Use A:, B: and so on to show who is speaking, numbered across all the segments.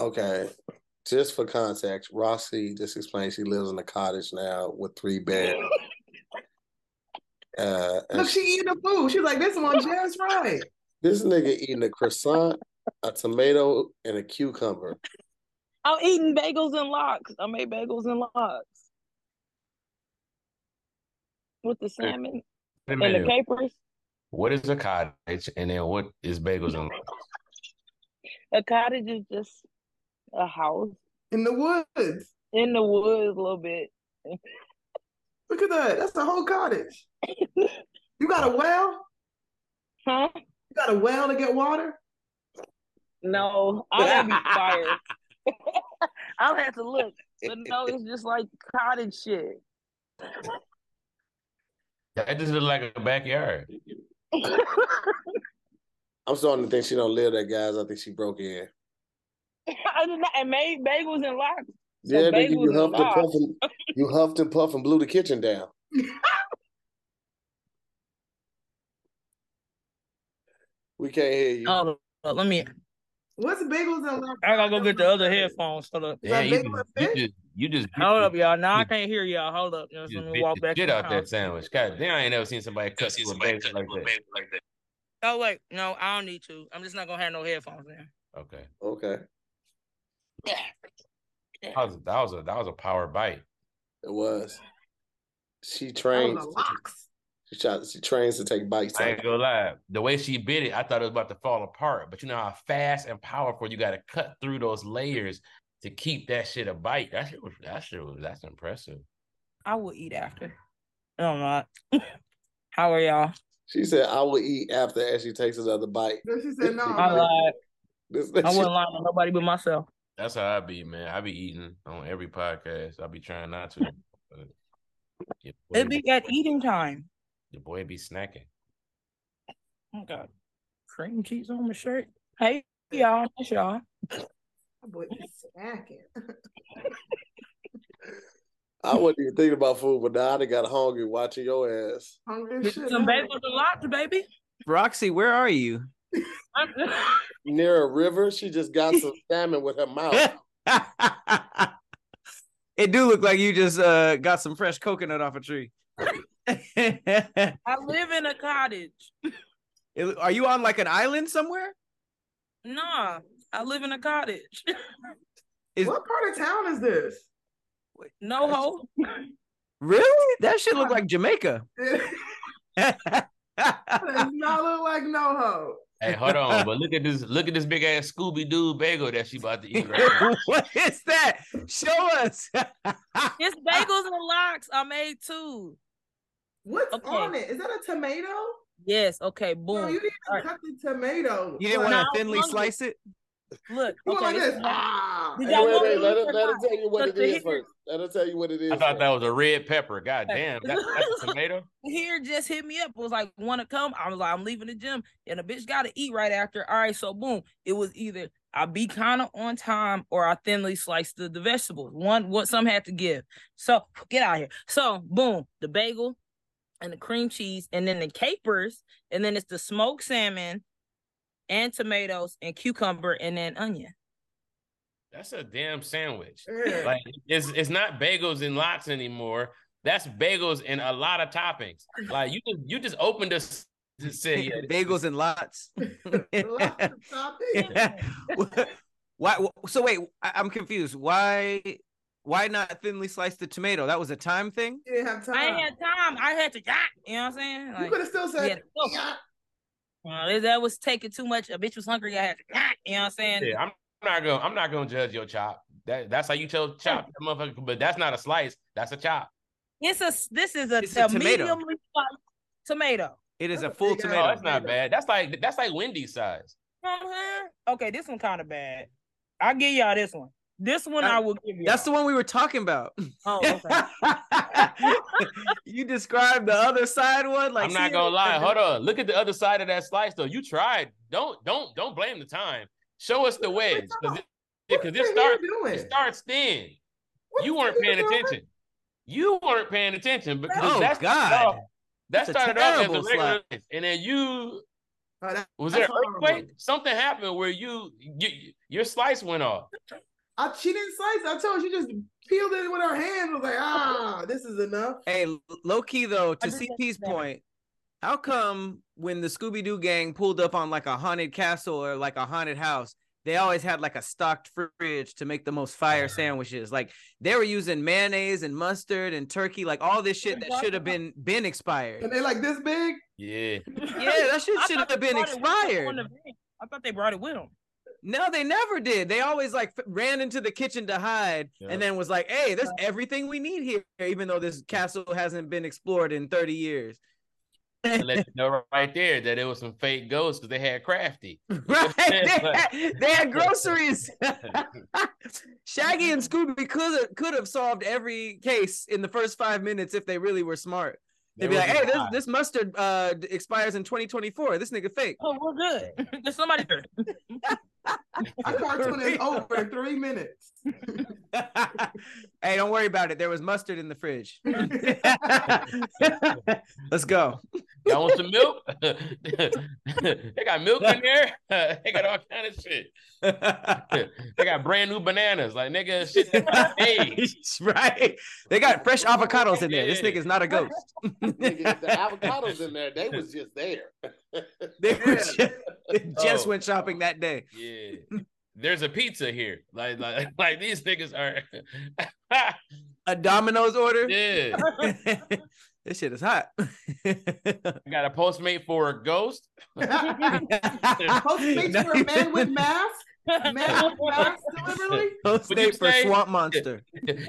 A: Okay. Just for context, Rossi just explained she lives in a cottage now with three beds. Uh, and
B: Look, she eating the food. She's like, this one just right.
A: this nigga eating a croissant, a tomato, and a cucumber.
C: I'm eating bagels and lox. I made bagels and lox with the salmon
D: Wait a
C: and the
D: minute.
C: capers.
D: What is a cottage, and then what is bagels and
C: A cottage is just a house
B: In the woods.
C: in the woods, a little bit.
B: Look at that. That's the whole cottage. You got a well?
C: Huh?
B: You got a well to get water?
C: No, I would be fired. I'll have to look. But no, it's just like cottage shit.
D: that just look like a backyard?
C: I
A: I'm starting to think she don't live there, guys. I think she broke in.
C: did not, and made bagels and lox. So
A: Yeah, nigga, you
C: bagels
A: huffed and
C: are-
A: puffed and you huffed and puffed and blew the kitchen down. we can't hear you.
E: Oh, let me.
B: What's bagels and lox?
E: I gotta go get the other headphones. Hold up.
D: Yeah, you,
B: bagel
D: just-
B: and
D: you
B: fish?
D: just you just
E: Hold up, y'all. Now I can't hear y'all. Hold up. You know, so
D: you
E: let
D: just
E: me
D: bit
E: walk
D: the
E: back. in
D: shit
E: the
D: out that
E: house.
D: sandwich. God damn, I ain't never seen somebody cut through a bagel like that.
E: Oh wait, no, I don't need to. I'm just not gonna have no headphones now.
D: Okay,
A: Okay.
D: that was that was a that was a power bite.
A: It was. She
B: That
A: trains
B: was a lox.
A: she, tried, she trains to take bites.
D: I ain't gonna lie. The way she bit it, I thought it was about to fall apart. But you know how fast and powerful you got to cut through those layers to keep that shit a bite. That shit was that shit was that's impressive.
E: I will eat after. No, I'm not. How are y'all?
A: She said, I will eat after as she takes another bite.
B: Then she said, no.
E: I lied.
A: This,
E: I wouldn't lie to nobody but myself.
D: That's how I be, man. I be eating on every podcast. I be trying not to. but your boy
E: It'd be at eating time.
D: your boy be snacking.
E: Oh God, cream cheese on my shirt. Hey y'all, that's y'all.
B: That boy is snacking.
A: I wasn't even thinking about food, but now I done got hungry watching your ass.
B: Hungry as
E: Get
B: shit.
E: Some
B: huh?
E: bagels and lox, baby.
F: Roxy, where are you?
E: I'm-
A: Near a river, she just got some salmon with her mouth.
F: it do look like you just uh, got some fresh coconut off a tree. It-
E: I live in a cottage.
F: are you on like an island somewhere?
E: Nah, I live in a cottage.
F: Is
B: What part of town is this?
E: No hoe.
F: really that shit look like Jamaica?
B: It does not look like no hoe.
D: Hey, hold on, but look at this, look at this big ass Scooby Doo bagel that she about to eat right now.
F: what is that? Show us.
E: It's bagels and lox. I made two.
B: What's
E: Okay.
B: on it? Is that a tomato?
E: Yes. Okay.
B: No,
E: Boom.
B: you need to
E: All right.
B: cut the tomato.
F: you didn't
B: Like,
F: want to
E: Now I'm
F: thinly
E: hungry.
F: slice it.
E: Look.
B: you
E: Okay.
B: want like
E: this
B: this.
E: is-
B: Ah.
E: Did
A: Hey,
E: y'all
A: wait,
E: want
A: wait,
E: me
A: let
E: to
A: her,
E: eat or
A: let her
E: not?
A: tell you what
E: Look,
A: it is
E: here-
A: first. Let her tell you what it is.
D: I thought
A: first.
D: that was a red pepper. God damn, that, that's a tomato.
E: Here just hit me up. Was like, want to come? I was like, I'm leaving the gym, and the bitch got to eat right after. All right. So boom. It was either I be kind of on time, or I thinly sliced the, the vegetables. One, what some had to give. So get out of here. So boom, the bagel, and the cream cheese, and then the capers, and then it's the smoked salmon, and tomatoes, and cucumber, and then onion.
D: That's a damn sandwich.
B: Yeah.
D: Like it's it's not bagels and lots anymore. That's bagels and a lot of toppings. Like you just you just opened us to say yeah,
F: Bagels and lots.
B: Lots of toppings.
F: why? So wait, I, I'm confused. Why? Why not thinly slice the tomato? That was a time thing.
B: You didn't have time.
E: I ain't had time. I had to, ah, you know what I'm saying?
B: you
E: Like,
B: could have still
E: we
B: said,
E: had to go. Uh, Oh. that was taking too much. A bitch was hungry. I had to, you know what I'm saying?
D: yeah, I'm not gonna I'm not gonna judge your chop. That that's how you tell chop that motherfucker, but that's not a slice, that's a chop.
E: It's a, this is a,
F: It's a
E: a
F: tomato.
E: medium tomato.
F: It is a
B: That's a
F: full
B: big
D: No,
B: ass-
F: tomato.
D: that's not bad. That's like that's like Wendy's size.
E: You know what I'm saying? Uh-huh. Okay, this one kind of bad. I'll give y'all this one. This one
F: That-
E: I will give you.
F: That's the one we were talking about.
E: Oh, okay.
F: you described the other side one. Like
D: I'm not
F: see,
D: gonna lie. Hold on. Look at the other side of that slice though. You tried. Don't don't don't blame the time. Show us the wedge. Because
B: What
D: this
B: the hell
D: starts
B: you
D: it
B: doing?
D: starts thin.
B: What
D: you
B: the
D: weren't
B: hell
D: paying
B: doing?
D: attention. You weren't paying attention because
F: Oh,
D: that's
F: God.
D: that
F: That's a
D: started off as a
F: terrible
D: regular, slice, and then you
B: Oh, that-
D: Was there an
B: That's horrible.
D: earthquake? Something happened where you, you your slice went off.
B: I, she didn't slice. I told you, she just peeled it with her hand. I was like, ah, this is enough.
F: Hey, low key though, to
G: I just
F: CP's
G: said that.
F: point, how come when the Scooby Doo gang pulled up on like a haunted castle or like a haunted house, they always had like a stocked fridge to make the most fire sandwiches? Like they were using mayonnaise and mustard and turkey, like all this shit that should have been been
B: And
F: expired.
B: they like this big.
D: Yeah.
F: Yeah, that shit
G: I
F: should
G: thought
F: have
G: they
F: been
G: brought it with them on
F: expired.
G: the van. I thought they brought it with them.
F: No, they never did. They always like f- ran into the kitchen to hide
D: Yeah.
F: and then was like, hey, there's everything we need here, even though this castle hasn't been explored in 30 years.
D: I let you know right there that it was some fake ghosts because they had crafty.
F: Right. They
D: But-
F: had, they had groceries. Shaggy and Scooby could could have solved every case in the first five minutes if they really were smart. They'd
D: They
F: be
D: were
F: like, "Hey, this,
D: just-
F: this mustard uh, d- expires in 2024. This nigga fake."
G: Oh, we're good. There's somebody there.
B: Our cartoon is over in three minutes.
F: hey, don't worry about it. There was mustard in the fridge. Let's go.
D: y'all want some milk? they got milk in there. they got all kind of shit. they got brand new bananas. Like nigga, shit. Hey,
F: right? They got fresh avocados in there. This
D: Yeah.
F: nigga's not a ghost.
A: Nigga, the avocados in there, they was just there.
F: They were just, they just
D: Oh.
F: went shopping that day.
D: yeah. There's a pizza here. Like like like these niggas are.
F: A Domino's order.
D: yeah.
F: this shit is hot.
D: I got a postmate for a ghost.
B: Postmates for a man with mask. Man with mask delivery.
D: Would you
F: Postmate for
D: say-
F: Swamp Monster.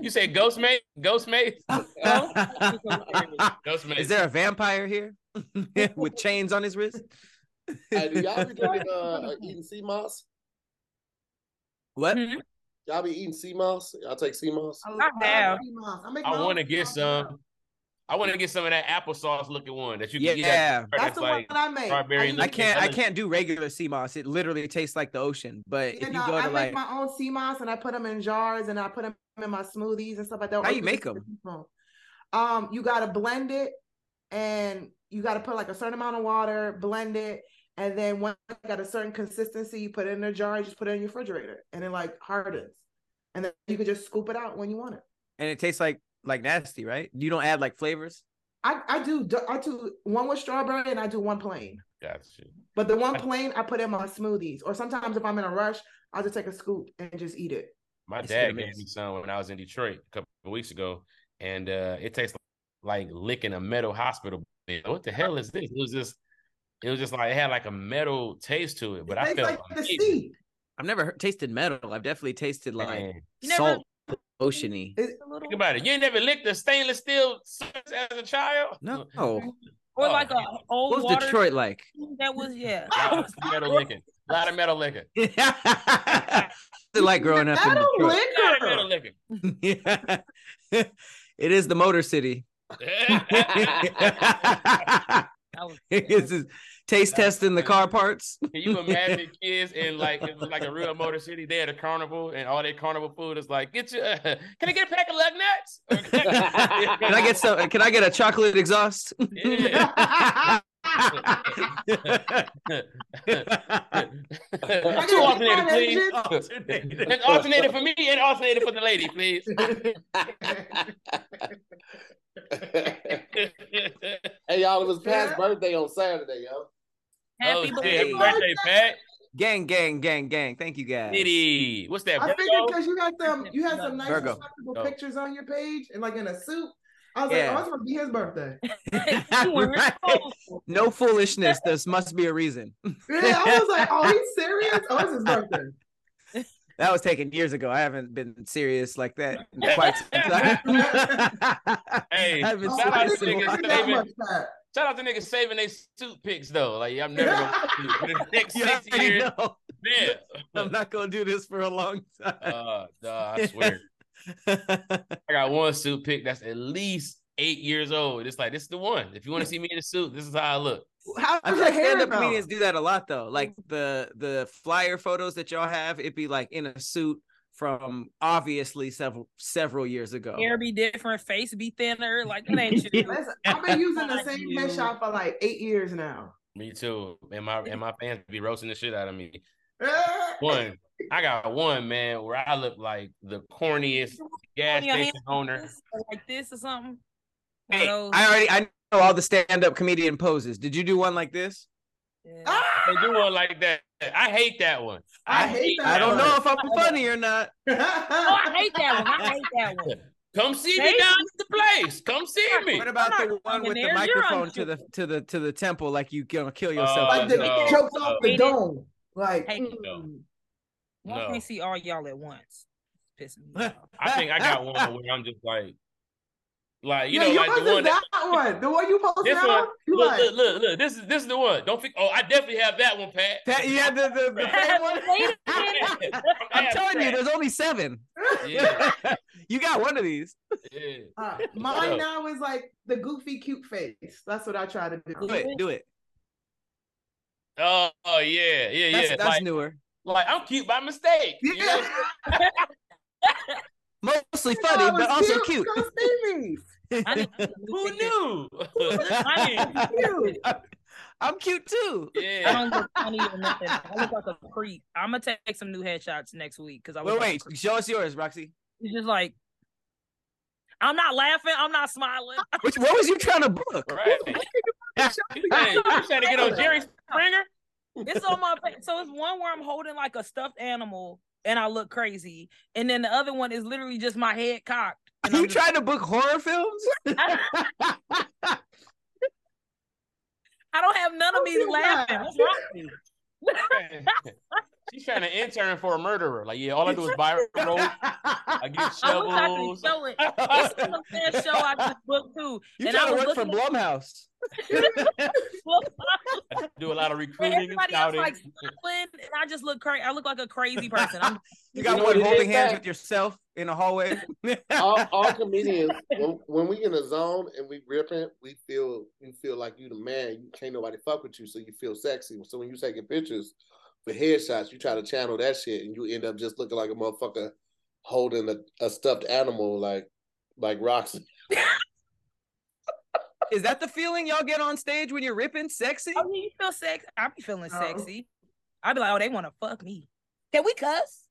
D: you say ghost mate? Ghost mate? Oh.
F: is
D: Ghost mate.
F: there a vampire here with chains on his wrist?
A: Hey, do y'all be drinking, uh, eating sea moss?
F: What?
G: Mhm.
A: Y'all be eating sea moss? Y'all take sea moss?
B: I,
G: I have.
D: I want to get some. I want to get some of that applesauce looking one that you can get. at-
F: Yeah.
B: That's the one
D: like-
B: that I make.
D: strawberry
B: I
D: and
F: I
B: make-
F: can't I can't do regular sea moss. It literally tastes like the ocean. But
B: you
F: if you
B: know,
F: go
B: I
F: to
B: make
F: like
B: my own sea moss and I put them in jars and I put them in my smoothies and stuff like that.
F: How
B: Or
F: you
B: can
F: make
B: just
F: 'em?
B: put them from- Um, you gotta blend it, and you gotta put like a certain amount of water, blend it, and then when it got a certain consistency, you put it in a jar, and just put it in your refrigerator, and it like hardens, and then you can just scoop it out when you want it.
F: and it tastes like like nasty, right? You don't add like flavors.
B: I I do d- I do one with strawberry and I do one plain,
D: Gotcha.
B: but the one plain I put in my smoothies, or sometimes if I'm in a rush, I'll just take a scoop and just eat it.
D: My
F: It's
D: dad
F: gonna
D: gave
F: mix.
D: me some when I was in Detroit a couple of weeks ago, and uh, it tastes like licking a metal hospital bed. What the hell is this? It was just, it was just like it had like a metal taste to it, but
B: it
D: I
B: tastes
D: felt
B: like the
D: amazing.
B: sea.
F: I've never heard, tasted metal. I've definitely tasted like
D: Man,
G: You never-
F: salt, oceany.
B: It-
D: Think about it. You ain't never licked a stainless steel surface as a child.
F: No,
G: Or
D: Oh,
G: like a
D: man.
G: old
F: what was
G: water
F: Detroit like?
G: that was yeah.
D: A lot of metal licking. A lot of metal licking.
F: What's it like growing up in
B: Metal
F: Detroit?
D: A lot of
B: liquor.
D: metal licking.
F: Yeah. it is the motor city.
G: That was
F: this is taste testing the car parts.
D: Can you imagine kids in like it was like a real motor city? They had a carnival, and all their carnival food is like, get your. can I get a pack of lug nuts? Or, "Can I
F: Can I get some? Can I get a chocolate exhaust?
D: Yeah. Two alternator, please. An alternator for me and alternator for the lady, please. Oh,
A: hey, y'all, it was Pat's birthday on Saturday, yo.
G: happy
D: oh,
G: birthday.
D: shit. birthday, Pat.
F: gang, gang, gang, gang. Thank you guys.
D: Nitty. What's that?
B: I figured
D: Virgo?
B: because you got them, you had some nice
F: Virgo.
B: respectable
D: Oh.
B: pictures on your page and like in a suit. I was like,
F: Yeah.
B: oh, it's gonna be his birthday.
G: You were
F: Right.
G: responsible.
F: No foolishness. This must be a reason.
B: Yeah, I was like, oh, he's serious. Oh, it's his birthday.
F: That was taken years ago. I haven't been serious like that in quite some time.
D: Hey,
F: I've been
B: Oh,
D: shout
B: I
D: out
F: serious
D: to
B: didn't
F: in
B: like
D: niggas
F: a while.
B: that
D: saving,
B: much, Pat.
D: shout out to niggas saving their suit picks though. Like I'm never gonna do it. for the next
F: You
D: six
F: already
D: years.
F: know.
D: Yeah.
F: I'm not gonna do this for a long time.
D: Uh, duh, I swear. I got one suit pick that's at least eight years old. It's like this is the one. If you want to see me in a suit, this is how I look.
B: How
F: I
B: was
F: feel
B: your
F: like
B: hair
F: stand-up
B: though?
F: comedians do that a lot though. Like the the flyer photos that y'all have, it'd be like in a suit from obviously several several years ago.
G: Hair be different, face be thinner. Like that ain't you.
B: Listen, I've been using the
G: Fuck
B: same
G: you.
B: headshot for like eight years now.
D: Me too. And my and my fans be roasting the shit out of me. One, I got one man where I look like the corniest gas
E: On your
D: station
E: hand like
D: owner.
E: this or like this or something. One of
F: Hey,
E: those.
F: I already I know all the stand-up comedian poses. Did you do one like this?
E: Yeah.
B: Ah!
D: They do one like that. I hate that one.
B: I hate that
F: I don't
B: one.
F: know if I'm funny or not.
E: Oh, I hate that one. I hate that one.
D: Come see me
E: They-
D: down at the place. Come see me.
F: What about
E: I'm
F: the
E: not
F: one
E: coming
F: with the
E: there. You're
F: microphone to the to the to the temple like you gonna kill
D: Oh,
F: yourself?
B: like the
D: no.
B: jokes off the
E: Hate it.
B: dome. Like
E: Hate it,
B: mm.
E: One
D: No.
E: can't see all y'all at once. It's pissing me off.
D: I think I got one where I'm just like, like you
B: yeah,
D: know,
B: you
D: like
B: posted
D: the one that
B: that, one. The one you posted
D: This
B: out.
D: one-
B: you
D: look,
B: like,
D: look, look, look. This is this is the one. Don't think. Oh, I definitely have that one, Pat.
F: That you had the the, the fake one.
E: Wait a minute.
D: I'm,
F: I'm telling you,
D: that.
F: there's only seven.
D: Yeah,
F: you got one of these.
D: yeah.
B: Uh,
D: What up?
B: mine now is like the goofy cute face. That's what I try to do.
F: Do it. Do it.
D: Oh, oh, yeah, yeah,
F: That's,
D: yeah.
F: that's
D: like,
F: newer.
D: like I'm cute by mistake. you know what I'm
B: Yeah.
D: saying?
F: Mostly funny,
B: I was
F: but also cute.
B: Come see me.
E: I need-
D: Who knew?
E: I
B: Cute.
F: I'm cute too.
E: I
D: yeah.
E: don't look funny or nothing. I look like a creep. I'm gonna take some new headshots next week because I was
F: Wait, wait. Show us yours, Roxy.
E: It's just like I'm not laughing. I'm not smiling.
F: Which what was you trying to book?
D: Right. You trying, you trying to get on Jerry Springer?
E: It's on my face. So it's one where I'm holding like a stuffed animal and I look crazy, and then the other one is literally just my head cocked.
F: Are you trying to book horror films?
E: I don't have none of me
B: Oh,
E: laughing.
B: God.
E: What's wrong with me?
D: She's trying to intern for a murderer. Like, yeah, all I do is buy rope. I
E: I wish
D: get
E: I could
D: shovels.
E: show it. It's on the last show I just booked too.
F: you
E: And
F: trying
E: I
F: to
E: was
F: work for
E: looking
F: Blumhouse?
D: I do a lot
E: And
D: of recruiting and
E: everybody else
D: scouting.
E: like smiling, and I just look crazy. I look like a crazy person. I'm
F: You
D: You
F: got
D: know
F: one
D: what it
F: holding
D: is,
F: hands
D: Zach? Oh,
F: with yourself in a hallway.
A: all, all comedians, when, when we in a zone and we ripping, we feel you feel like you the man. You can't nobody fuck with you, so you feel sexy. So when you taking pictures for headshots, you try to channel that shit, and you end up just looking like a motherfucker holding a, a stuffed animal, like like Roxy.
F: Is that the feeling y'all get on stage when you're ripping sexy?
E: I mean, oh, you feel sexy. I be feeling
B: No.
E: sexy. I be like, oh, they want to fuck me. Can we cuss?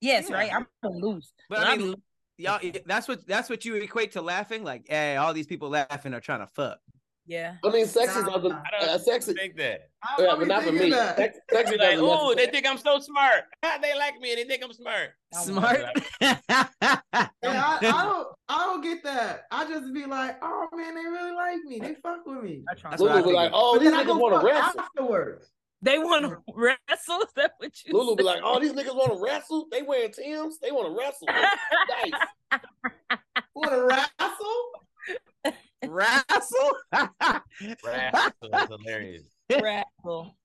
E: Yes,
F: Yeah.
E: right. I'm gonna lose.
F: But I mean, y'all, that's what that's what you equate to laughing. Like, hey, all these people laughing are trying to fuck.
E: yeah.
A: I mean, sex is other,
B: I
D: don't
A: uh, sex is,
D: think that.
B: I
A: yeah, but
B: always
A: not for
B: thinking
A: me.
B: that.
A: Sex, sex
D: Be
A: is
D: like,
A: doesn't
D: oh, they
A: necessarily-
D: think I'm so smart. they like me and they think I'm smart.
E: I don't
F: Smart.
E: wanna
B: Yeah, I, I don't. I don't get that. I just be like, oh man, they really like me. They fuck with me.
E: I try.
F: That's what I
A: Lulu be
F: think.
A: like, oh,
B: But
A: these
B: then I
A: niggas
B: go
A: want
B: fuck
A: to wrestle.
B: afterwards.
E: They want to wrestle. Is that what you?
A: Lulu be
E: said?
A: like, oh, these niggas want to wrestle. They wearing Tim's. They want to wrestle. Nice.
B: Want to wrestle?
F: Rassle.
D: Right. That's hilarious.
E: wrestle.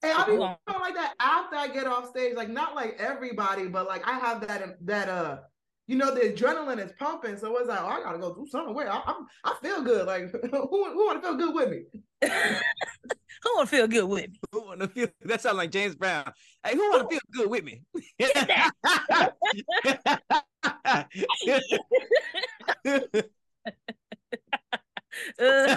B: And I be
E: Hold on.
B: feeling like that after I get off stage. Like not like everybody, but like I have that that uh, you know, the adrenaline is pumping. So it's like, oh, I gotta go do something. Wait, I, I'm I feel good. Like who who want to feel good with me?
E: Who want to feel good with me?
F: Who wanna feel that sounds like James Brown. Hey, who wanna feel good with me?
E: that. Uh,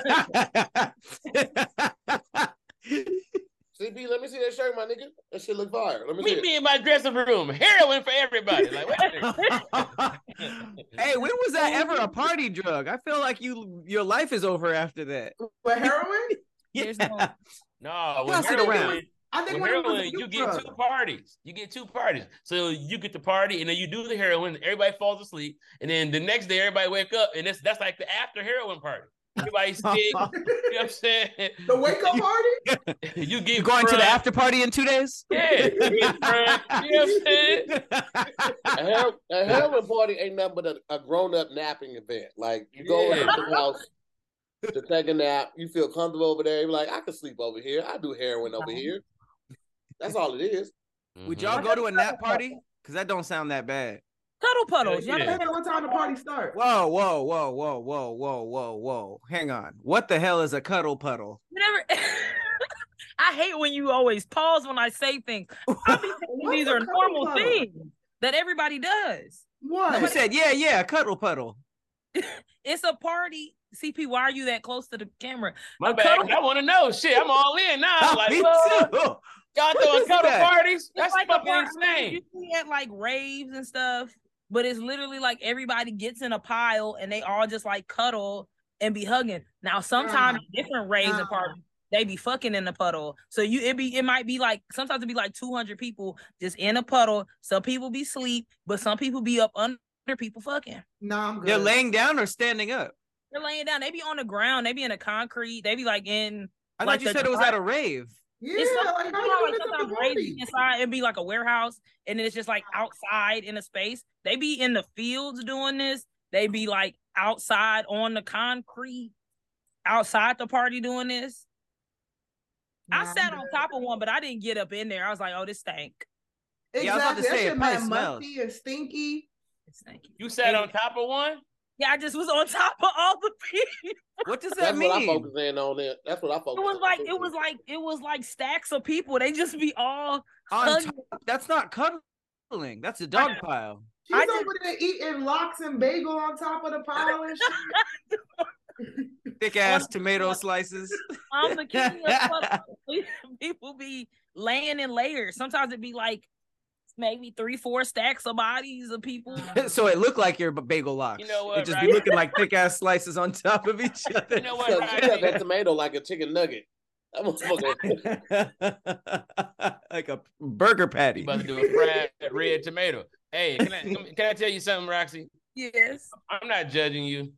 A: CB, let me see that shirt, my nigga. That shit look fire. Let me see
D: Meet
A: it.
D: me in my dressing room. Heroin for everybody. Like, wait a minute.
F: hey, when was that ever a party drug? I feel like you your life is over after that.
B: With heroin?
E: There's no-
F: Yeah.
D: No, when
F: Pass it
D: heroin,
F: around.
B: I
D: when
B: think when it was a
D: heroin,
B: youth
D: you get
B: drug.
D: two parties. You get two parties. So you get the party, and then you do the heroin. Everybody falls asleep, and then the next day everybody wake up, and it's that's like the after heroin party. Everybody's sick. you know what I'm saying?
B: The wake up party?
D: You get
F: you going to the
D: drunk.
F: after party in two days?
D: Yeah, you get drunk. You know what I'm saying?
A: A, hero, a heroin party ain't nothing but a, a grown up napping event. Like you go
D: Yeah.
A: into the house to take a nap, you feel comfortable over there. You're like, I can sleep over here. I do heroin over here. That's all it is.
F: Would y'all go to a nap party? Because that don't sound that bad.
E: Cuddle puddles.
D: Yeah,
E: Y'all
D: yeah.
E: yeah.
B: Depending on what time the party starts.
F: Whoa, whoa, whoa, whoa, whoa, whoa, whoa, whoa. Hang on. What the hell is a cuddle puddle?
E: never. I hate when you always pause when I say things. I be thinking
B: What's
E: these
B: a
E: are
B: cuddle
E: normal
B: puddle?
E: things that everybody does.
F: You
B: What?
F: said, yeah, yeah, a cuddle puddle.
E: It's a party CP, why are you that close to the camera?
D: Mm-hmm. My
E: A
D: bad.
E: cuddle-
D: I want to know. Shit, I'm all in now.
F: Oh,
D: like,
F: me
D: what?
F: too.
D: y'all
F: What
D: throwing
F: is
D: cuddle
F: that?
D: parties?
E: It's
D: That's
E: like a
D: fucking
E: part- I mean,
D: insane.
E: You see at like raves and stuff, but it's literally like everybody gets in a pile and they all just like cuddle and be hugging. Now sometimes
D: Uh-huh.
E: different raves
B: Nah.
E: and parties. They be fucking in the puddle, so you it be it might be like sometimes it be like two hundred people just in a puddle. Some people be sleep, but some people be up under people fucking.
B: No, I'm good.
F: They're laying down or standing up.
E: They're laying down. They be on the ground. They be in the concrete. They be like in.
F: I
E: Like
F: thought you
E: the
F: said it was
E: dri-
F: at a rave.
B: Yeah,
E: It's yeah,
B: like, how
E: you know,
B: you
E: like
B: doing this at
E: sometimes
B: the
E: raves
B: party?
E: be inside and be like a warehouse, and then it's just like outside in a space. They be in the fields doing this. They be like outside on the concrete, outside the party doing this. I
B: Nah, I'm
E: sat on
B: good.
E: top of one, but I didn't get up in there. I was like, oh, this stank.
B: Exactly.
F: Yeah, I was about to
B: that
F: say,
B: shit
F: it probably
B: mad
F: smells.
B: musty and stinky.
E: This stank.
D: You sat on top of one.
E: Yeah, I just was on top of all the people.
F: What does that
A: That's what I
F: mean?
A: focus in on there. That's what I focus
E: It was
A: on.
E: like it was like it was like stacks of people. They just be all
F: On
E: hugging.
F: top, that's not cuddling. That's a dog pile.
B: She's
E: I
B: over there eating lox and bagel on top of the pile and shit.
F: Thick ass tomato slices.
E: I'm the king of cuddles. People be laying in layers. Sometimes it be like maybe three, four stacks of bodies of people.
F: so it looked like your b- bagel lox.
D: You know
F: It
D: what,
F: just
D: right?
F: be looking like thick ass slices on top of each other.
D: You know what,
A: So she got that
D: Rodney?
A: tomato like a chicken nugget. That motherfucker.
F: like a burger
D: You
F: patty.
D: about to do a fried red tomato. Hey, can I, can I tell you something, Roxy?
E: Yes.
D: I'm not judging you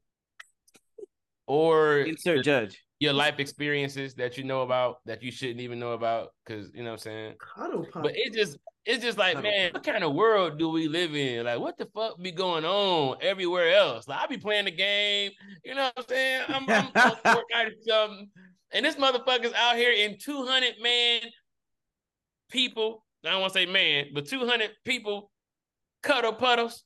D: or
F: Insert judge.
D: your life experiences that you know about that you shouldn't even know about because you know what I'm saying.
B: Cuddle pop.
D: But it's just it's just like
F: Cuddle
D: man, what kind of world do we live in? Like what the fuck be going on everywhere else? Like I be playing the game, you know what I'm saying? I'm, I'm supposed to work out or something, and this motherfucker's out here in 200 man people. I don't want to say man, but 200 people cuddle puddles.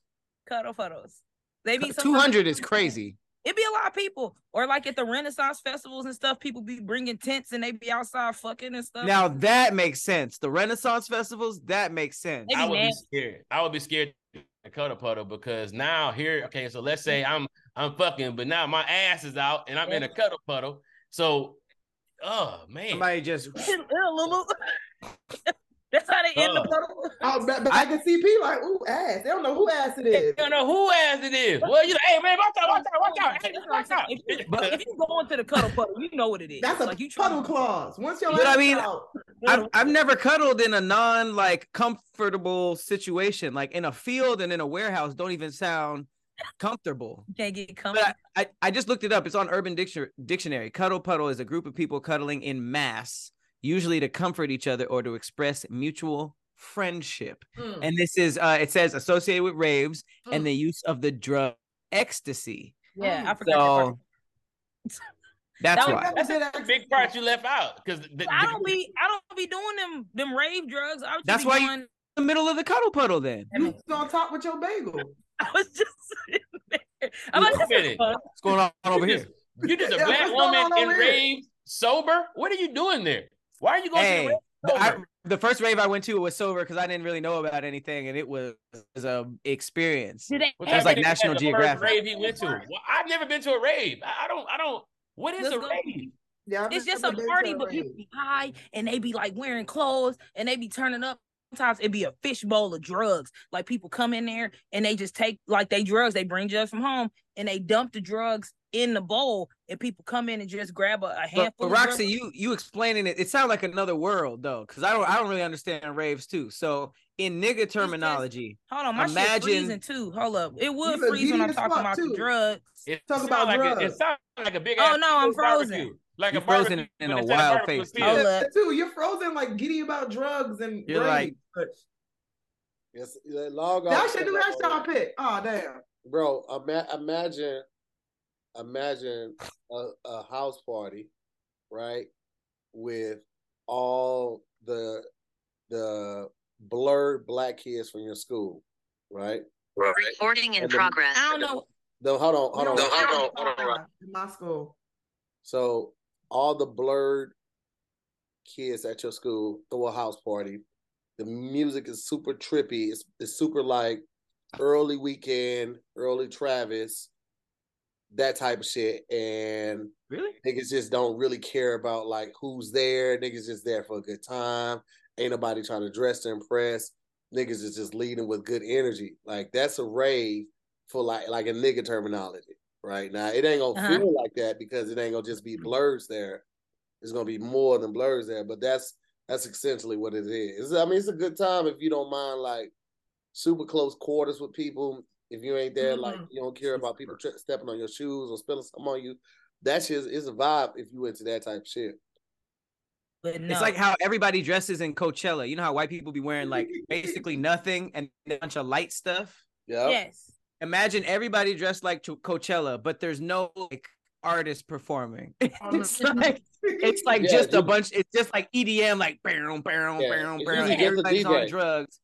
E: Cuddle photos. They be
F: Two hundred is crazy.
E: It'd be a lot of people. Or like at the Renaissance festivals and stuff, people be bringing tents and they be outside fucking and stuff.
F: Now that makes sense. The Renaissance festivals, that makes sense.
E: Maybe
D: I would
E: nasty.
D: be scared. I would be scared to cut a puddle because now here, okay, so let's say I'm I'm fucking, but now my ass is out and I'm in a cuddle puddle. So, oh man,
F: Somebody just
E: That's how they end
D: Uh.
E: the
B: Oh, but, but I can see people like, ooh, ass. They don't know who ass it
D: I
B: is.
D: don't know who ass it is. Well, you know, hey man, watch out, watch out, watch out, hey,
E: That's what I'm
D: watch
E: saying.
D: out.
E: If you, if you go into the cuddle puddle, you know what it is.
B: That's a
E: like you try-
B: puddle clause. Once your
F: But I
B: ass
F: mean-
B: out,
F: I've, I've never cuddled in a non like comfortable situation, like in a field and in a warehouse. Don't even sound comfortable.
E: You can't get
F: But I,
E: comfortable.
F: I, I just looked it up. It's on Urban Dictionary. Dictionary. Cuddle puddle is a group of people cuddling in mass, usually to comfort each other or to express mutual friendship.
B: Mm.
F: And this is uh, it says associated with raves
B: Mm.
F: and the use of the drug ecstasy.
E: Yeah, I forgot. that part.
F: So that's
E: That was-
F: why.
D: That's a big part you left out because
E: I don't be I don't be doing them them rave drugs. I was just
F: That's
E: be
F: why you-
E: doing,
F: The middle of the cuddle puddle. Then
B: You on top with your bagel.
E: I was just sitting there. I'm
D: Wait a
E: like,
D: minute.
F: what's going on over here?
D: You just a
B: Yeah,
D: black
B: what's going
D: woman
B: on
D: in
B: over here?
D: rave sober. What are you doing there? Why are you going to the
F: Hey,
D: rave
F: the, I,
D: sober?
F: the first rave I went to was sober because I didn't really know about anything, and it was, was a experience.
E: did they
D: What
F: That's
E: have
F: like
E: it?
D: happened at
F: National
D: the first
F: Geographic.
D: Rave he went to. Well, I've never been to a rave. I, I don't. I don't. What is
E: Let's
D: a
E: go.
D: rave?
B: Yeah, I've
E: It's just a
B: never been to
E: party, but
B: rave.
E: people be high and they be like wearing clothes and they be turning up. Sometimes it be a fishbowl of drugs. Like people come in there and they just take like they drugs. They bring drugs from home and they dump the drugs in the bowl and people come in and just grab a, a
F: But,
E: handful.
F: but
E: of
F: Roxy,
E: drugs.
F: you you explaining it, it sounds like another world though, because I don't I don't really understand raves too. So in nigga terminology,
E: hold on, my shit
F: imagine-
E: freezing too. Hold up, it would
B: You look
E: freeze when I'm
B: giddy
E: talking
B: as fuck,
E: about the
B: too.
E: drugs.
D: It
B: Talk
D: sound
B: about
D: like a, it
B: drugs.
D: sounds like a big.
E: Oh,
D: ass
E: no, I'm
D: barbecue.
E: frozen.
D: Like
F: You're
D: a
F: frozen
D: barbecue
F: in
D: when
F: a
D: they set
F: wild
D: barbecue
F: face.
D: field.
E: Oh,
B: Yeah,
E: look.
B: that too. You're frozen like giddy about drugs and
F: You're like-
B: rave.
A: Yes, log off.
B: Y'all should do that shot pick. Oh damn.
A: Bro, ima- imagine, imagine a, a house party, right, with all the the blurred black kids from your school, right? Right.
G: Recording in
A: And the-
G: progress.
E: I don't know.
A: Though, hold on, hold on.
B: We don't
A: hold on,
B: have
A: hold on, right.
B: in my school.
A: So all the blurred kids at your school throw a house party. The music is super trippy. It's it's super like early weekend, early Travis. that type of shit. And
F: Really?
A: niggas just don't really care about like who's there. Niggas just there for a good time. Ain't nobody trying to dress to impress. Niggas is just leading with good energy. Like that's a rave for like like a nigga terminology. Right now, it ain't gonna
E: Uh-huh.
A: feel like that because it ain't gonna just be blurs there. It's gonna be more than blurs there. But that's that's essentially what it is. I mean, it's a good time if you don't mind like super close quarters with people. If you ain't there, like you don't care about people tri- stepping on your shoes or spilling something on you. That shit is, is a vibe if you into that type of shit.
E: But no.
F: It's like how everybody dresses in Coachella. You know how white people be wearing like basically nothing and a bunch of light stuff.
A: Yeah.
E: yes.
F: Imagine everybody dressed like to Coachella, but there's no like artist performing. it's like it's like
A: Yeah,
F: just a
A: dude.
F: bunch. It's just like EDM, like bam, bam,
A: Yeah,
F: bam,
A: it's
F: bam.
A: usually
F: and
A: just a
F: Everybody's on
A: DJ.
F: drugs,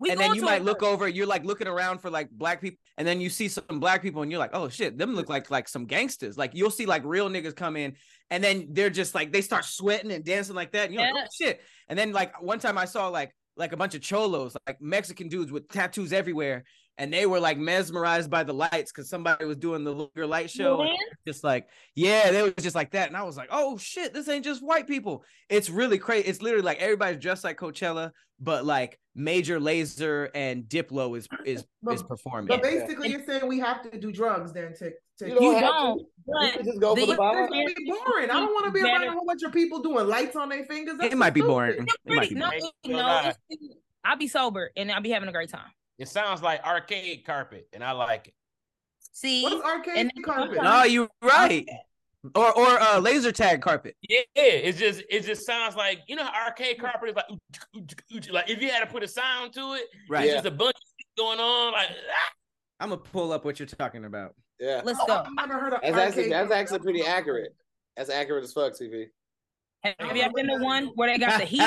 E: We
F: and then
E: going
F: you
E: to
F: might
E: a-
F: look over. You're like looking around for like black people, and then you see some black people, and you're like, oh shit, them look like like some gangsters. Like you'll see like real niggas come in, and then they're just like they start sweating and dancing like that. And you're like,
E: Yeah.
F: oh shit. And then like one time I saw like like a bunch of cholos, like Mexican dudes with tattoos everywhere, and they were like mesmerized by the lights because somebody was doing the Luger light show. and just like yeah they was just like that and i was like oh shit this ain't just white people it's really crazy it's literally like everybody's dressed like coachella but like major laser and diplo is is
B: But-
F: is performing
B: But basically, you're saying we have to do drugs then to to.
A: You
E: You
A: don't have to.
E: don't.
A: You
E: But
A: can just go for
E: the-
A: the vibe.
B: It's gonna be boring. I don't want to be around a whole bunch of people doing lights on their fingers. That's
F: it might be
B: stupid.
F: boring it might
E: pretty,
F: be
E: no,
F: boring.
D: boring.
E: no. it's- I be sober and I be having a great time.
D: It sounds like arcade carpet, and I like it.
E: See,
B: What's arcade
E: And-
B: carpet?
E: No,
F: no you're right or or uh laser tag carpet
D: Yeah, it's just it just sounds like you know how arcade carpet is like "Ooh, tsk, ooh, tsk, ooh, tsk," like if you had to put a sound to it,
F: right
D: it's just a bunch of shit going on. Like ah,
F: i'm gonna pull up what you're talking about
A: Yeah.
E: let's
B: Oh,
E: go.
B: I've never heard of
A: That's actually
B: arcade.
A: that's
B: carpet.
A: actually pretty accurate. That's accurate as fuck, TV.
E: Have you ever been to one where they got the heat?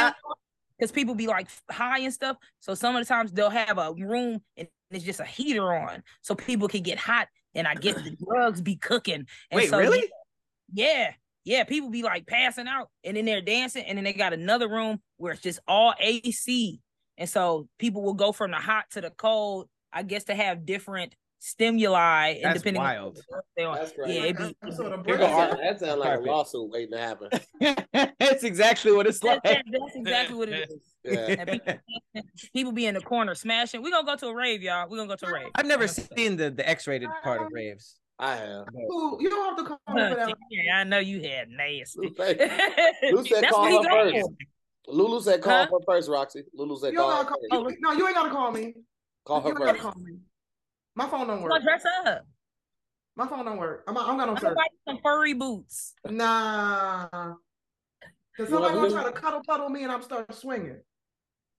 E: Because people be like high and stuff. So some of the times they'll have a room and it's just a heater on, so people can get hot. And I guess the drugs be cooking. And
F: wait
E: so,
F: really
E: Yeah, yeah. People be like passing out, and then they're dancing, and then they got another room where it's just all AC, and so people will go from the hot to the cold. I guess to have different stimuli, and
F: That's
E: depending on
F: wild.
E: what drugs they on.
A: That's right.
E: Yeah, it be
B: I'm sort of
A: Here
B: bored.
A: go Ar- that sounds like a
F: Carpet.
A: lawsuit waiting to happen.
F: that's exactly what it's
E: That-
F: like
E: that- that's exactly what it is.
A: Yeah.
E: People be in the corner smashing. We're gonna go to a rave, y'all. We're gonna go to a rave.
F: i've never seen the the x-rated part
E: Um,
F: of raves
A: I have.
B: Ooh, You don't have to call me for
E: Huh,
B: that.
E: yeah, I know you had nasty.
A: Thank you. Lou said
E: That's
A: call
E: what he
A: her
E: going
A: first.
E: for.
A: Lulu said call
E: Huh?
A: her first, Roxy. Lulu said
B: You
A: call
B: don't
A: her
B: gotta
A: first.
B: call me. No, you ain't gotta call me.
A: Call
B: You
A: her
B: don't gotta
A: first.
B: call me. My phone don't
E: I'm gonna
B: work.
E: dress up.
B: My phone don't work. I'm not, I'm not on
E: I'm gonna
B: service.
E: buy you some furry boots.
B: Nah. Cause
A: You wanna
B: somebody gonna
A: do-
B: try to cuddle puddle me and I'm start swinging.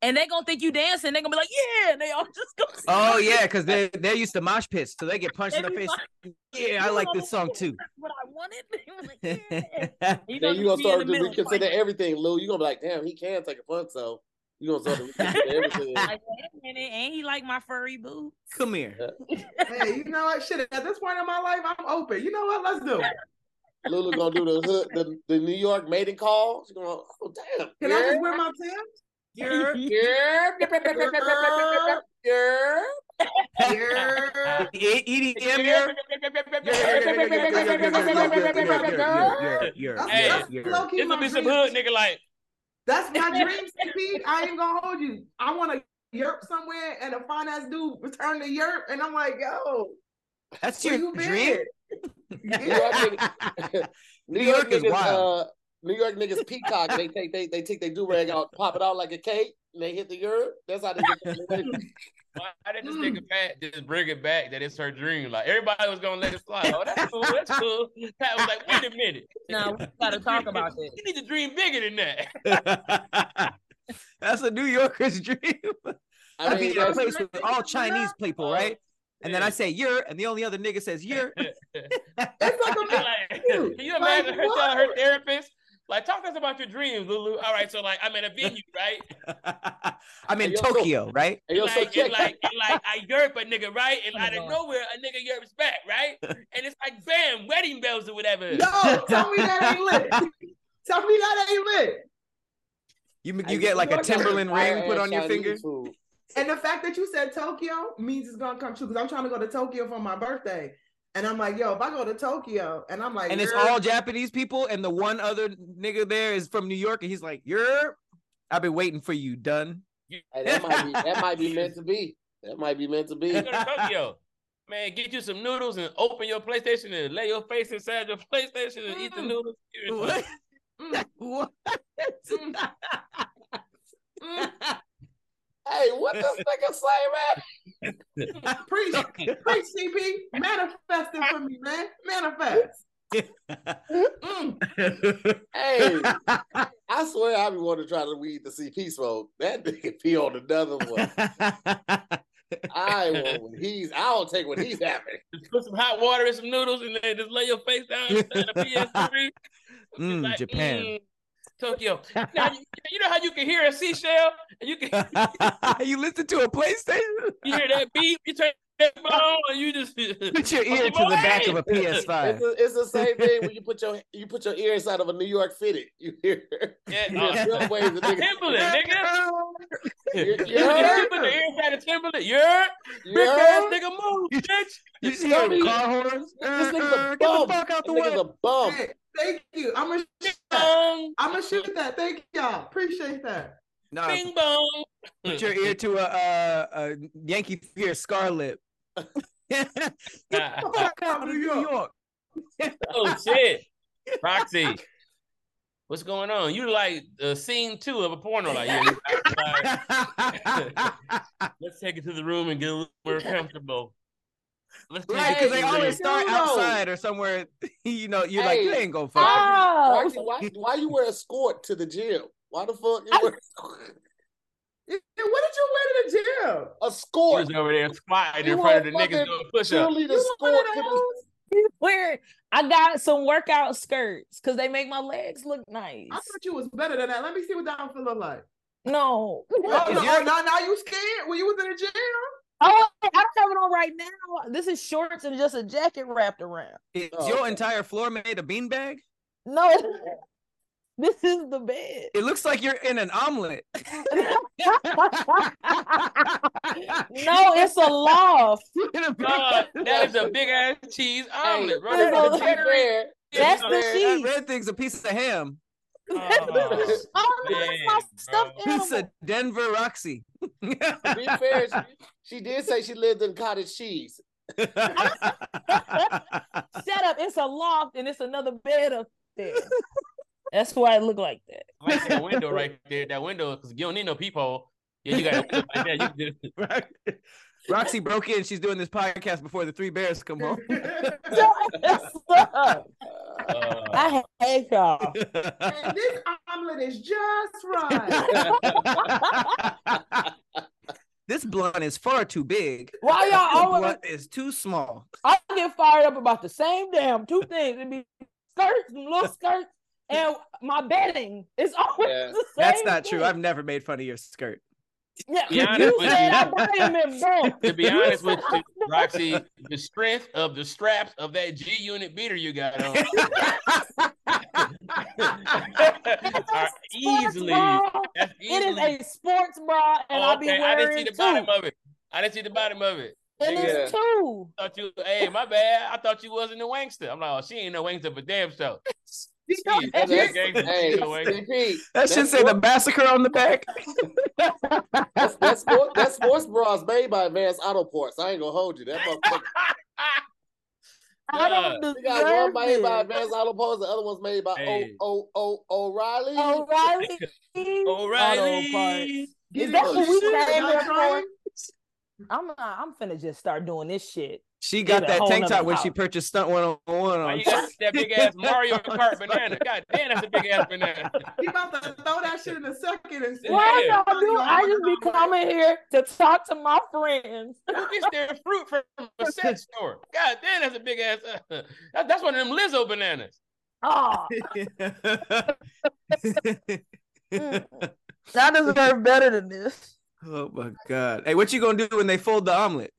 E: and they gonna think you dancing. They gonna be like, yeah, and they all just go.
F: Oh yeah, because they they're used to mosh pits, so they get punched in the face.
E: Everybody-
F: Yeah, I like this song too.
E: That's what I wanted. It was like, yeah.
F: That's
E: You
A: Then
E: just
A: you gonna
E: be in
A: start
E: the
A: to
E: middle,
A: reconsider
E: like,
A: everything, Lou. You gonna be like, damn, he can take a punt, so you gonna start to reconsider everything.
E: like, wait a minute, ain't he like my furry boots?
F: Come here.
B: Hey, you know what? Shit, at this point in my life, I'm open. You know what? Let's do it.
A: Lulu gonna do the hood, the, the New York maiden call. She's gonna, oh damn.
B: Can I just wear my Tim's?
A: Yerp,
F: E
A: yerp, yerp, yerp, yerp, yerp, yerp, yerp,
B: Yeah.
F: E- EDM
A: yerp,
F: here.
B: That's,
D: That's-
B: that's
D: Hey.
B: low key
D: it's
B: my
D: gonna be some
B: dream.
D: hood nigga like
B: That's my dream, CP. I ain't gonna hold you. I want to yerp somewhere and a fine ass dude return to yerp, and I'm like, yo,
F: That's
B: where
F: your
B: you
F: dream.
B: been? Yeah.
A: yerp. New
F: New
A: York
F: York is
A: niggas,
F: wild.
A: uh, New York niggas peacock. They take they they take their do rag out, pop it out like a cake, and they hit the yerp. That's how they get their money.
D: why did this
B: Mm.
D: nigga back just bring it back that it's her dream? Like everybody was gonna let it slide. Oh, that's cool, that's cool. Pat was like, wait a minute.
E: No, we gotta talk about this.
D: You need to dream bigger than that.
F: That's a New Yorker's dream.
A: I
F: I'd be
A: mean,
F: in a
A: that's, Oh,
F: place with all Chinese people, right? And then I
D: Yeah.
F: say you're, and the only other nigga says you're.
B: It's like a
D: Like, can you
B: Like,
D: imagine her telling her therapist, like, talk to us about your dreams, Lulu. All right, so like I'm at a venue, right?
F: I'm in
A: Yo, so-
F: Tokyo, right?
A: hey, yo, so
D: like,
A: check
D: and like, and like, I yerp a nigga, right? And
E: Oh,
D: out of
E: God.
D: nowhere, a nigga yerps back, right? And it's like, bam, wedding bells or whatever.
B: no. Tell me that ain't lit. Tell me that ain't lit.
F: You
A: Hey,
F: you get like a
A: York got
F: Timberland ring put
A: fire-ass
F: on your
A: Chinese
F: finger.
A: food.
B: And the fact that you said Tokyo means it's gonna come true because I'm trying to go to Tokyo for my birthday. And I'm like, yo, if I go to Tokyo and I'm like,
F: and it's
B: "Girl,
F: all Japanese people, and the one other nigga there is from New York, and he's like, "You're, I've been waiting for you, done."
A: Hey, that might be that might be meant to be. That might be meant to be.
D: You go to Tokyo. Man, get you some noodles and open your PlayStation and lay your face inside your PlayStation and eat the
F: Mm.
D: noodles.
F: What? What?
A: Hey, what this nigga say, man?
B: preach, preach, CP, manifest it for me, man, manifest. Mm.
A: Hey, I swear I be wanting to try to weed the CP smoke. That nigga pee on another one. I want what he's. I don't take what he's having.
D: Just put some hot water and some noodles and then just lay your face down inside a PS3. It's
F: Mm, Japan.
D: Tokyo. Now, you, you know how you can hear a seashell and you can
F: you listen to a PlayStation?
D: you hear that beep, you turn that phone and you just
F: Put your ear to the back of a PS5.
A: It's, the- it's the same thing when you put your you put your ear inside of a New York fitted. You hear
D: yeah, oh,
A: subways, the nigga.
D: Timberland, nigga.
A: You,
D: You,
A: you
D: you
A: heard?
D: put the ear inside of Timberland. You're
A: You
D: big ass
A: heard?
D: nigga move, bitch.
F: You just hear
A: Tony,
F: car horns?
A: This nigga's a
F: Uh, uh, get the
A: bum.
F: fuck out the
A: This
F: way.
A: nigga's a
E: Oh.
A: bum.
B: Hey, Thank you. I'm gonna shoot that.
D: Bong,
B: I'm gonna shoot that. Thank y'all. Appreciate that.
F: Nah,
D: bing bong.
F: put your ear to a, uh a Yankee Fear Scarlet. Get the fuck out of New York.
D: oh shit, Roxy. What's going on? You like uh, scene two of a porno? Like, yeah, we outside. let's take it to the room and get a little more comfortable. Let's take
F: Right,
D: it
F: because
D: to
F: they
D: the
F: always
D: room.
F: start
A: Dude.
F: outside or somewhere. You know, you're like,
A: Hey.
F: you ain't gonna fuck.
E: Oh,
A: Roxy, why, why you wear a skirt to the gym? Why the fuck you wear
B: Yeah, what did you wear to the gym?
A: a
D: He
A: skirt?
D: was over there squatting
A: You
D: in front of
A: were
D: the niggas
A: fucking
D: doing push up.
A: Surely the
B: You one
A: skirt
B: of
A: to the
B: those?
E: weird. I got some workout skirts because they make my legs look nice.
B: I thought you was better than that. Let me see what that outfit look like.
E: No.
B: Oh,
F: Is
B: no,
F: your-
B: oh, now, now you scared when you was in the gym?
E: Oh, I don't have it on right now. This is shorts and just a jacket wrapped around.
F: Is
A: Oh,
F: your
A: okay.
F: entire floor made of beanbag?
E: No, it- this is the bed.
F: It looks like you're in an omelet.
E: no, it's a loft.
D: God, Oh, that is a big ass cheese omelet, bro.
E: Hey,
D: That's
E: no,
D: the cherry.
A: fair,
E: That's
A: to
E: the
A: be fair,
F: That
E: sheet.
F: red thing's a piece of ham.
D: Oh,
E: Oh, no, that's my
D: man,
E: stuffed
F: Piece of
E: animal.
F: Denver Roxy.
A: to be fair, she, she did say she lived in cottage cheese.
E: Shut up. It's a loft and it's another bed up there. That's why it look like that.
D: like that window right there. That window, because you don't need no peephole. Yeah, you got a window like that. You can just,
F: Roxy broke in. She's doing this podcast before the three bears come home.
E: Shut up.
D: uh,
E: I hate y'all.
B: and this omelet is just right.
F: this blunt is far too big.
E: Why
F: The
E: y'all always
F: blunt is too small.
E: I get fired up about the same damn two things. It'd be skirts and little skirts and my bedding. It's always
A: Yeah.
E: the same.
F: That's not true.
E: thing.
F: I've never made fun of your skirt.
E: yeah,
D: Yeah,
E: you
D: honestly.
E: said I buy them in bulk.
D: to be honest with you, Roxy, the strength of the straps of that G unit beater you got on are easily that's
E: It
D: easily.
E: is a sports bra, and
D: Oh,
E: I'll be
D: okay, I didn't see
E: wearing
D: the
E: two.
D: bottom of it. I didn't see the bottom of it.
E: and it's two.
D: I thought you, hey, my bad. I thought you wasn't a wankster. I'm like, oh, she ain't no wankster for damn show. She
A: Hey,
D: is a
A: that's-
D: gangster.
A: hey,
D: She no wankster.
A: CP,
F: That should
A: That's
F: say the
A: what-
F: massacre on the back.
A: that's, that's, sport, that's sports bras made by Advanced Auto Parts. I ain't gonna hold you. That motherfucker.
E: I don't
A: We got one made by
E: deserve it.
A: Advanced Auto Parts. The other one's made by
D: Hey.
A: O O O O'Reilly.
E: O'Reilly. oh. Auto
D: O'Reilly.
E: parts.
B: Get
A: That's
B: it,
A: what
E: we
B: shit,
E: saving
B: y'all
E: for.
B: trying?
E: I'm not, I'm finna just start doing this shit.
F: She
E: a
F: got that
E: whole
F: tank
E: nother
F: top when she
E: house.
F: purchased Stunt 101
D: Why you
F: on.
D: got that big ass Mario Kart banana? God damn, that's a big ass banana.
B: He about to throw that shit in a second and see.
D: What?
E: Why
D: Yeah.
E: y'all do? I just be coming here to talk to my friends.
D: Who gets their fruit from a sex store? God damn, that's a big ass. uh, that- that's one of them Lizzo bananas.
E: Oh, I deserve better than this.
F: oh my god! Hey, what you gonna do when they fold the omelet?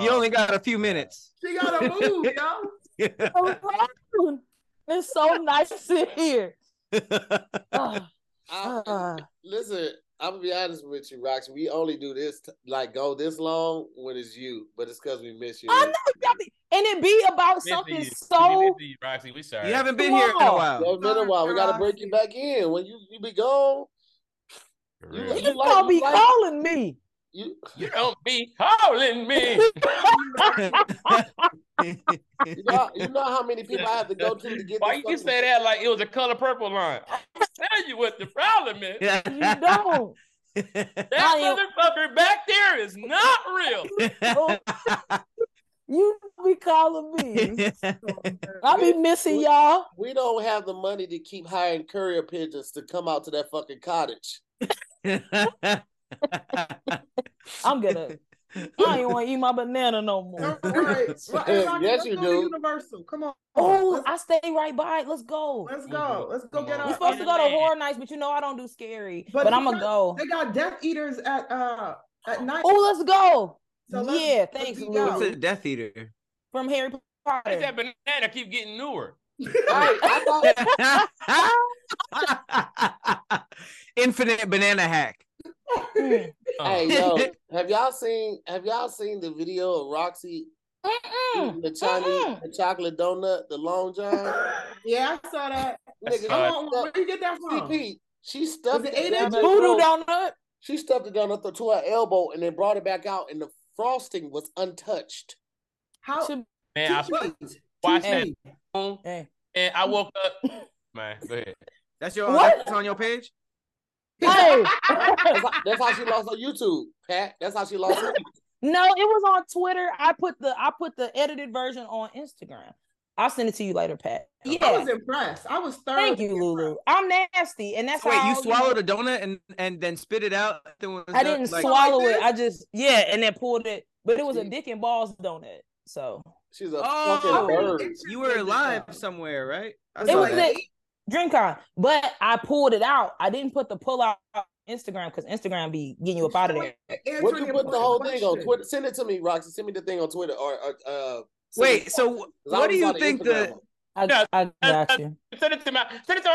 F: you only got a few minutes.
B: She gotta move, yo.
E: Around. Oh, It's so nice to hear.
F: Roxy,
E: Ah,
A: I-
E: ah.
A: listen, I'm gonna be honest with you, Roxy. We only do this t- like go this long when it's you, but it's because we miss you.
E: I know y'all be, and it be about
D: Missing
E: something
D: you. We
E: so.
D: missing you, Roxy. We sorry.
F: You haven't been
E: Come
F: here in a
E: on.
D: Oh.
F: while.
A: It's been a while. We gotta break you back in when you you be gone.
D: For
A: You,
D: real.
A: you
E: You
A: like,
E: gonna be
A: you, like,
E: calling me.
A: you,
D: You don't be calling me.
A: you know you know how many people I have to go to to get.
D: Why
A: this
D: you
A: fucking-
D: say that like it was a color purple line? I tell you what the problem is.
E: You don't.
D: That
E: I am-
D: motherfucker back there is not real.
E: Oh. You be calling me.
F: Oh.
E: I be missing y'all.
A: We don't have the money to keep hiring courier pigeons to come out to that fucking cottage.
E: I'm gonna. I ain't want to eat my banana no
B: All
E: more.
B: right.
A: Yes,
B: yes,
A: you
B: you
A: do.
B: do. Universal. Come on.
E: Oh,
B: let's,
E: I stay right by it. Let's go.
B: let's go. Let's go get
D: We're
B: our.
E: We're supposed to go to
D: Man.
E: horror nights, but you know I don't do scary.
B: But
E: But,
B: you
E: I'm gonna go.
B: got- They got Death Eaters at uh at night.
E: Oh, let's go.
B: So let's-
E: yeah,
B: let's
E: thanks,
B: geek
E: Lou.
B: out.
F: What's a Death Eater?
E: From Harry
D: Why
E: Potter.
D: does that banana keep getting newer?
A: Right, I thought
F: Infinite banana hack.
E: Mm.
D: Oh,
A: Hey yo, have y'all seen have y'all seen the video of Roxy
E: Mm-mm.
A: eating
B: Mm-hmm.
A: the Chinese
E: Mm-mm.
A: the chocolate donut, the long john?
B: yeah, I saw that.
D: That's
A: Nigga,
D: All right.
B: Come on, where you get that from?
A: CP, she stuffed
B: Was it
A: it down
B: eight
A: her
B: inches?
A: throat.
E: Voodoo donut.
A: She stuffed it down her throat to her elbow and then brought it back out and the frosting was untouched.
B: How?
E: Should-
D: man, I
B: teach me.
D: watched
B: Teach
D: that
B: me.
D: phone
E: eh.
D: and I woke up. Man, go ahead.
F: That's your
E: What?
F: that's on your page?
E: Hey.
A: That's how, that's how she lost on YouTube, Pat. That's how she lost her.
E: no, it was on Twitter. I put the I put the edited version on Instagram. I'll send it to you later, Pat.
B: I
E: Yeah.
B: was impressed. I was thorough.
E: Thank you, Lulu. I'm nasty, and that's
F: Wait,
E: how
F: you swallowed a donut and and then spit it out? Then was
E: I
F: done,
E: didn't
F: like-
E: swallow
B: Like
E: it. I just yeah, and then pulled it. But it was a
A: See?
E: dick and balls donut. So
A: She's a
F: Oh.
A: fucking bird.
F: You were alive somewhere, right? I
E: It
F: saw
E: was
F: that.
E: at DreamCon, but I pulled it out. I didn't put the pull out on Instagram because Instagram be getting you up out of there.
A: Would you put the whole thing on Twitter? Send it to me, Roxy. Send me the thing on Twitter or, or uh send me-
F: Wait, so wh-
A: 'cause I
F: what do
A: was
F: you
A: on the
F: think
A: Instagram
F: the
A: one.
E: I,
D: No,
E: I
D: that's-
E: got you.
D: Send it to my send it to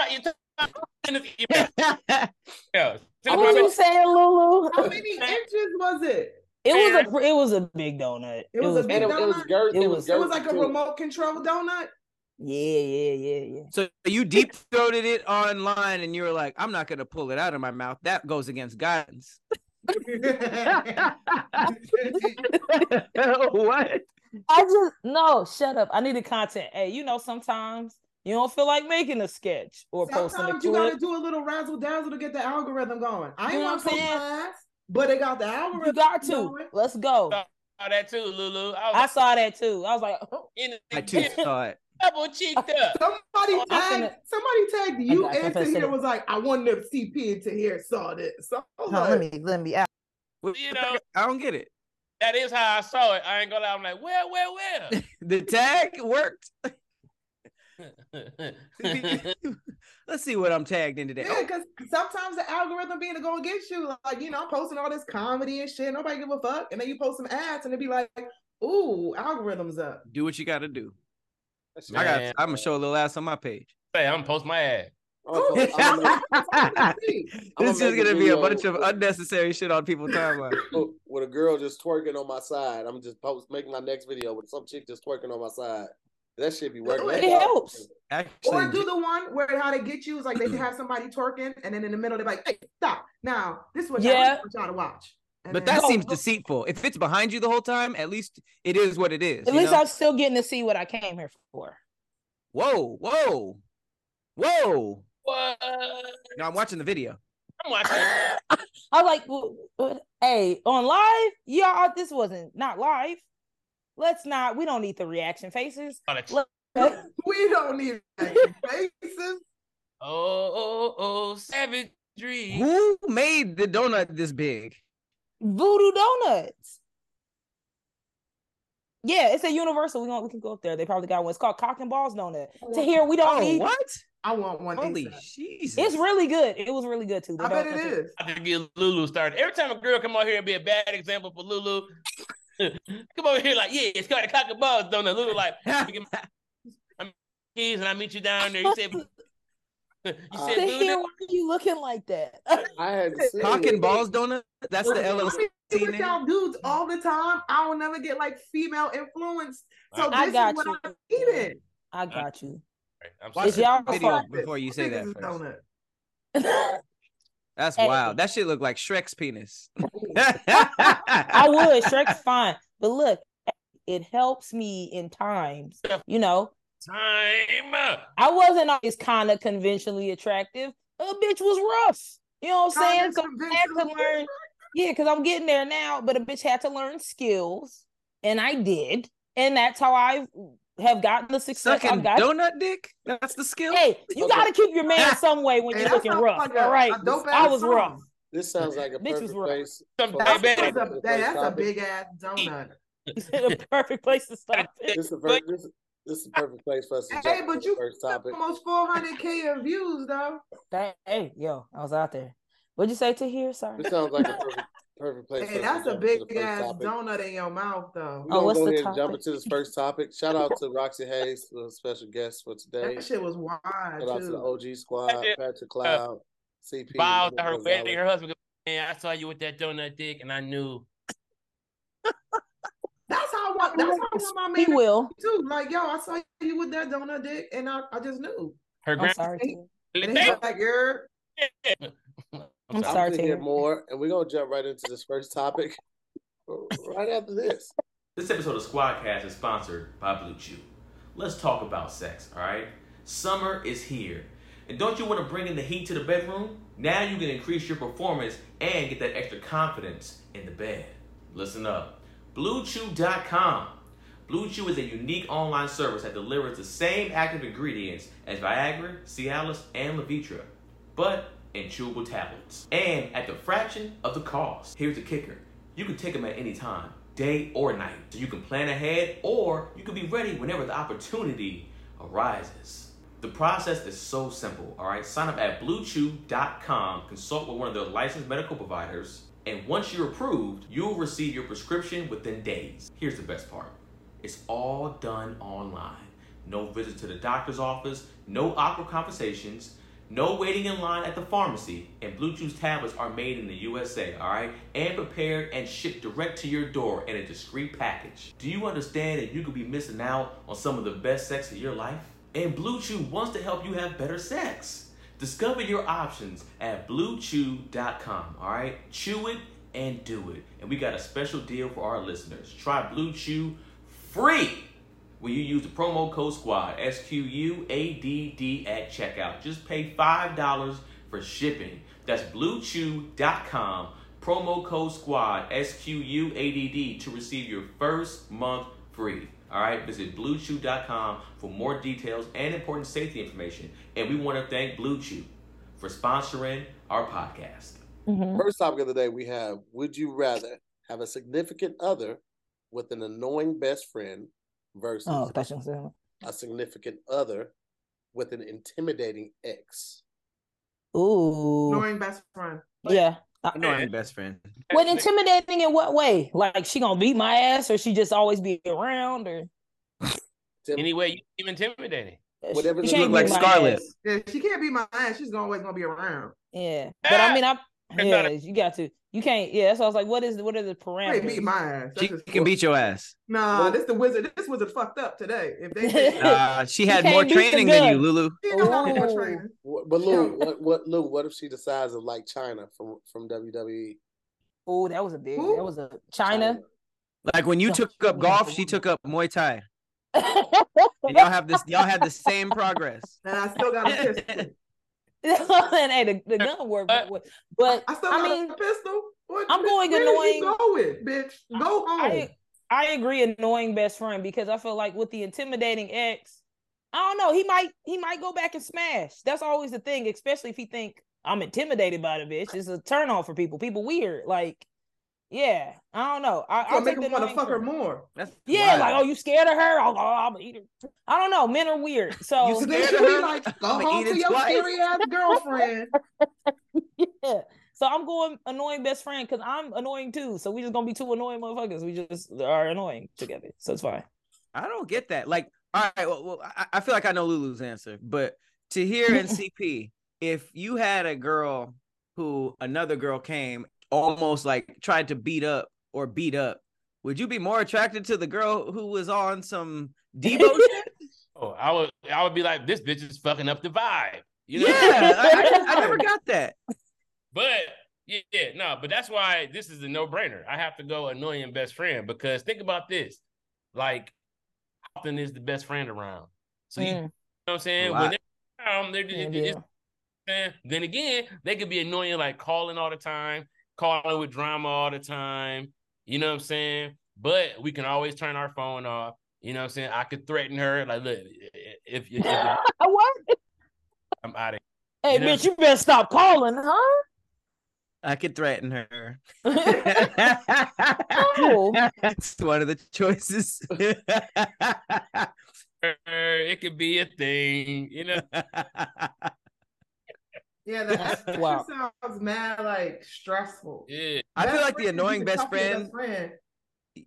D: my send it to my email. Yeah, send it to
E: What
D: my
E: you saying, Lulu?
B: How many inches was it?
E: It was a pr- it was a big donut.
B: It was a big
A: and it,
B: donut.
A: it was girth. It,
E: It
A: was,
E: was-
B: It was
A: girthy,
B: like a
A: too.
B: remote control donut.
E: yeah, yeah, yeah, yeah.
F: so you deep throated it online and you were like, I'm not gonna pull it out of my mouth. That goes against guidance. what?
E: I just no, shut up. I needed content. Hey, you know sometimes you don't feel like making a sketch or posting a
B: Sometimes you
E: clip.
B: gotta do a little razzle dazzle to get the algorithm going. I
E: You
B: ain't
E: know
B: want
E: what I'm
B: to
E: saying?
B: class, but they got the algorithm.
E: You got to.
B: going.
E: Let's go.
D: saw that too, Lulu. I was
E: I saw that too. I was like,
D: in the
F: I too saw it.
D: double cheeked up.
B: Somebody
E: I Oh, finna-
B: tagged. Somebody tagged you
E: I- I
B: and
E: finna send
B: Tahir
E: it.
B: was like, "I wonder if CP and Tahir saw this." So I was like,
E: me let me out.
F: What-
D: You know-
F: I don't get it.
D: That is how I saw it. I ain't gonna lie. I'm like, well, well, well.
F: The tag worked. Let's see what I'm tagged in today.
B: Yeah,
F: Oh,
B: because sometimes the algorithm being to go against you, like you know, I'm posting all this comedy and shit, nobody give a fuck, and then you post some ads, and it be like, "Ooh, algorithms up."
F: do what you gotta do. I
D: Man.
F: got I'm gonna show a little ass on my page.
D: Hey, I'm gonna post my ad.
A: I'm gonna post- I'm gonna- I'ma
F: this is
A: make a
F: gonna be a
A: video
F: bunch of
A: with-
F: unnecessary shit on people's timeline.
A: with- with a girl just twerking on my side. I'm just post making my next video with some chick just twerking on my side. That should be working.
B: It
A: That's all.
E: helps.
F: Actually,
B: Or do the one where how they get you is like they have somebody twerking, and then in the middle they're like, "Hey, stop! Now this is what I
E: Yeah.
B: want y'all to watch." And
F: but
B: then-
F: that
E: No,
F: seems
E: no.
F: deceitful. If it's behind you the whole time, at least it is what it is.
E: At
F: you
E: least
F: know?
E: I'm still getting to see what I came here for.
F: Whoa, whoa, whoa!
D: What?
F: No, I'm watching the video.
D: I'm watching.
E: I was like, "Well, uh, hey, on live, y'all, this wasn't not live. Let's not. We don't need the reaction faces.
D: Oh, that's-
E: Look.
B: we don't need faces.
D: oh, oh, oh, savagery.
F: Who made the donut this big?
E: Voodoo donuts. Yeah, it's a universal. We gonna we can go up there. They probably got one. It's called Cock and Balls Donut. To hear we don't
F: Oh,
E: need.
F: what?
B: I want one.
F: Holy
B: ASAP.
F: Jesus!
E: It's really good. It was really good too. The
B: I bet it
E: donuts
B: is.
D: I to get Lulu started. Every time a girl come out here and be a bad example for Lulu, come over here like, yeah, it's called a cock and balls donut. Lulu like, I'm keys and I meet you down there. You said, you
A: Uh,
D: said
E: To
D: do
E: hear
D: that?
E: why you looking like that.
A: I had seen
F: Cock and
A: it.
F: balls donut. That's the LLC.
B: See with
F: name.
B: y'all dudes all the time. I will never get like female influenced. So
E: I
B: this
E: got
B: is what
E: you.
B: I'm eating.
E: I got you.
D: Right, I'm
F: Watch
E: Is
D: sorry.
F: the
E: y'all-
F: video before you say that.
B: Niggas is
F: First.
B: donut.
E: I
F: That's
E: Hey.
F: wild. That shit look like Shrek's penis.
E: would. Shrek's fine, but look, it helps me in times. You know,
D: time.
E: I wasn't always kind of conventionally attractive. A bitch was rough. You know what I'm saying? So
B: Kinda
E: I had to
B: conventional.
E: learn. Yeah, because I'm getting there now, but a bitch had to learn skills, and I did, and that's how I have gotten the success.
F: Sucking
E: I've got.
F: donut dick. That's the skill.
E: Hey, you
A: Okay.
E: gotta keep your man some way when
B: Hey,
E: you're
B: that
E: looking
B: sounds
E: rough.
B: like a-
E: all right,
B: a dope
E: I
B: ass
E: was
B: song.
E: rough.
A: This sounds like a
E: Bitch was
A: perfect
E: right.
A: place.
D: Some-
A: Well,
D: hey,
B: That's,
A: Hey,
D: baby.
A: man.
B: that's a, that's a big ass donut.
E: the perfect place to stop it.
A: This is a perfect. This, this is a perfect place for us to
B: Hey,
A: jump into
B: but
A: the
B: you-
A: first topic.
B: Almost 400k of views though.
E: Dang, hey, yo, I was out there. What'd you say to here? Sorry.
A: This sounds like a perfect, perfect place. for
B: Hey,
A: us to
B: that's a
A: jump into the
B: big
A: first
B: ass
A: topic.
B: donut in your mouth though.
A: We're
E: Oh,
A: gonna
E: what's
A: go
E: the
A: ahead and jump
E: topic?
A: into this first topic. Shout out to Roxy Hayes, the special guest for today.
B: That shit was wild
A: Shout out to the
B: too.
A: OG squad,
D: Yeah.
A: Patrick Cloud, CP.
D: Bowed to her
A: Gonzalez.
D: wedding. Her husband. goes, Man, I saw you with that donut dick, and I knew.
B: That's how I want. That's how I want my
E: He
B: man to
E: will.
B: be, too. Like yo, I saw you with that donut dick, and I, I just knew.
D: Her
E: I'm
D: grand.
E: sorry.
B: Hey.
E: Tina.
B: And he's like, you're
E: I'm
A: I'm
E: sorry.
A: gonna hear
E: Taylor.
A: more, and we're gonna jump right into this first topic right after this.
H: This episode of Squadcast is sponsored by Blue Chew. Let's talk about sex, all right? Summer is here. And don't you want to bring in the heat to the bedroom? Now you can increase your performance and get that extra confidence in the bed. Listen up. BlueChew.com. Blue Chew is a unique online service that delivers the same active ingredients as Viagra, Cialis, and Levitra, but in chewable tablets and at the fraction of the cost. Here's the kicker you can take them at any time, day or night. So you can plan ahead or you can be ready whenever the opportunity arises. The process is so simple, all right? Sign up at bluechew.com, consult with one of their licensed medical providers, and once you're approved, you'll receive your prescription within days. Here's the best part it's all done online. No visit to the doctor's office, no awkward conversations, no waiting in line at the pharmacy, and Blue Chew's tablets are made in the USA, all right? And prepared and shipped direct to your door in a discreet package. Do you understand that you could be missing out on some of the best sex of your life? And Blue Chew wants to help you have better sex. Discover your options at bluechew.com, all right? Chew it and do it. And we got a special deal for our listeners. Try Blue Chew free when you use the promo code SQUAD, S Q U A D D, at checkout. Just pay $5 for shipping. That's bluechew.com, promo code SQUAD, S Q U A D D, to receive your first month free. All right, visit bluechew.com for more details and important safety information. And we want to thank Blue Chew for sponsoring our podcast.
E: Mhm.
A: First topic of the day we have: Would you rather have a significant other with an annoying best friend versus
E: Oh, I thought you were saying-
A: a significant other with an intimidating ex?
E: Ooh.
B: ignoring best friend.
E: Yeah.
F: Annoying best friend.
E: What intimidating in what way? Like she gonna beat my ass or she just always be around or uh,
A: Tim-
D: Anyway, you seem intimidating.
A: Whatever
E: She
A: the-
E: can't
A: Look like
E: beat my
F: Scarlet.
E: ass.
B: Yeah, she can't be my ass. She's always gonna be around.
E: Yeah. But I mean I
D: That's not
E: yeah,
D: a-
E: you got to. You can't yeah, so I was like, what is what are the
B: She ain't beat
E: parameters?
B: my ass. That's
F: She
B: just-
F: can beat your ass.
B: Nah, this the wizard. This wizard fucked up today. If they
F: Uh, she had
E: can't
F: more
E: beat the
F: training than you,
E: gun.
F: Lulu.
B: she don't have no
E: Ooh.
B: training.
A: Wha- But Lou, what, what Lou? What if she decides to like China from from E? WWE?
E: Oh, that was a big
B: Who?
E: that was a China.
F: Like when you
E: No,
F: took
E: she
F: up
E: was like
F: golf,
E: the
F: she
E: one.
F: took up Muay Thai. And y'all have this. Y'all had the same progress.
B: And I still got a pistol.
E: and hey, the, the gun worked,
D: But-
E: but, but
B: I still
E: I
B: got
E: mean,
B: a pistol. What,
E: I'm
B: bitch,
E: going
B: where
E: annoying-
B: You going, bitch? Go home.
F: Oh.
E: I I agree annoying best friend because I feel like with the intimidating ex, I don't know, he might he might go back and smash. That's always the thing, especially if he think I'm intimidated by the bitch. It's a turn off for people. People weird. Like, yeah, I don't know. I,
B: I'll
E: I'll
B: make
E: take the
B: him want to
E: annoying
B: fuck her
E: friend.
B: more.
F: That's
E: Yeah,
F: wild.
E: like, oh, you scared of her? Oh, oh, I'm gonna eat her. I don't know. Men are weird. So
B: So
F: scared
B: then
F: of
B: she'll be
F: her?
B: like, go
F: I'ma
B: home
F: eat
B: to
F: it
B: your
F: twice.
B: scary ass girlfriend.
E: yeah. So I'm going annoying best friend because I'm annoying too. So we just gonna be two annoying motherfuckers. We just are annoying together. So it's fine.
F: I don't get that. Like, all right, well, well I, I feel like I know Lulu's answer, but to here in CP, if you had a girl who another girl came almost like tried to beat up or beat up, would you be more attracted to the girl who was on some Debo shit?
D: Oh, I would I would be like, this bitch is fucking up the vibe. You know?
F: Yeah, I, I, I never got that.
D: But yeah, yeah, no, but that's why this is a no-brainer. I have to go annoying best friend because think about this. Like, how often is the best friend around? So you,
A: Mm.
D: you
E: Mm,
D: know what I'm saying?
F: A
D: When
F: lot.
D: they're around, they're
E: Yeah,
D: just,
E: yeah.
D: then again, they could be annoying, like calling all the time, calling with drama all the time. You know what I'm saying? But we can always turn our phone off. You know what I'm saying? I could threaten her, like, look, if, if, if
E: what?
D: I'm out of
E: Hey,
D: You know-
E: bitch, you better stop calling, huh?
F: I could threaten her.
E: No.
F: That's one of the choices.
D: here, it could be a thing. You know,
B: Yeah, that that
E: Wow.
B: sounds mad like stressful.
D: yeah.
F: I feel
B: Best
F: like
B: friend,
F: the
B: you
F: annoying
B: can
F: best
B: talk to your
F: friend,
B: friend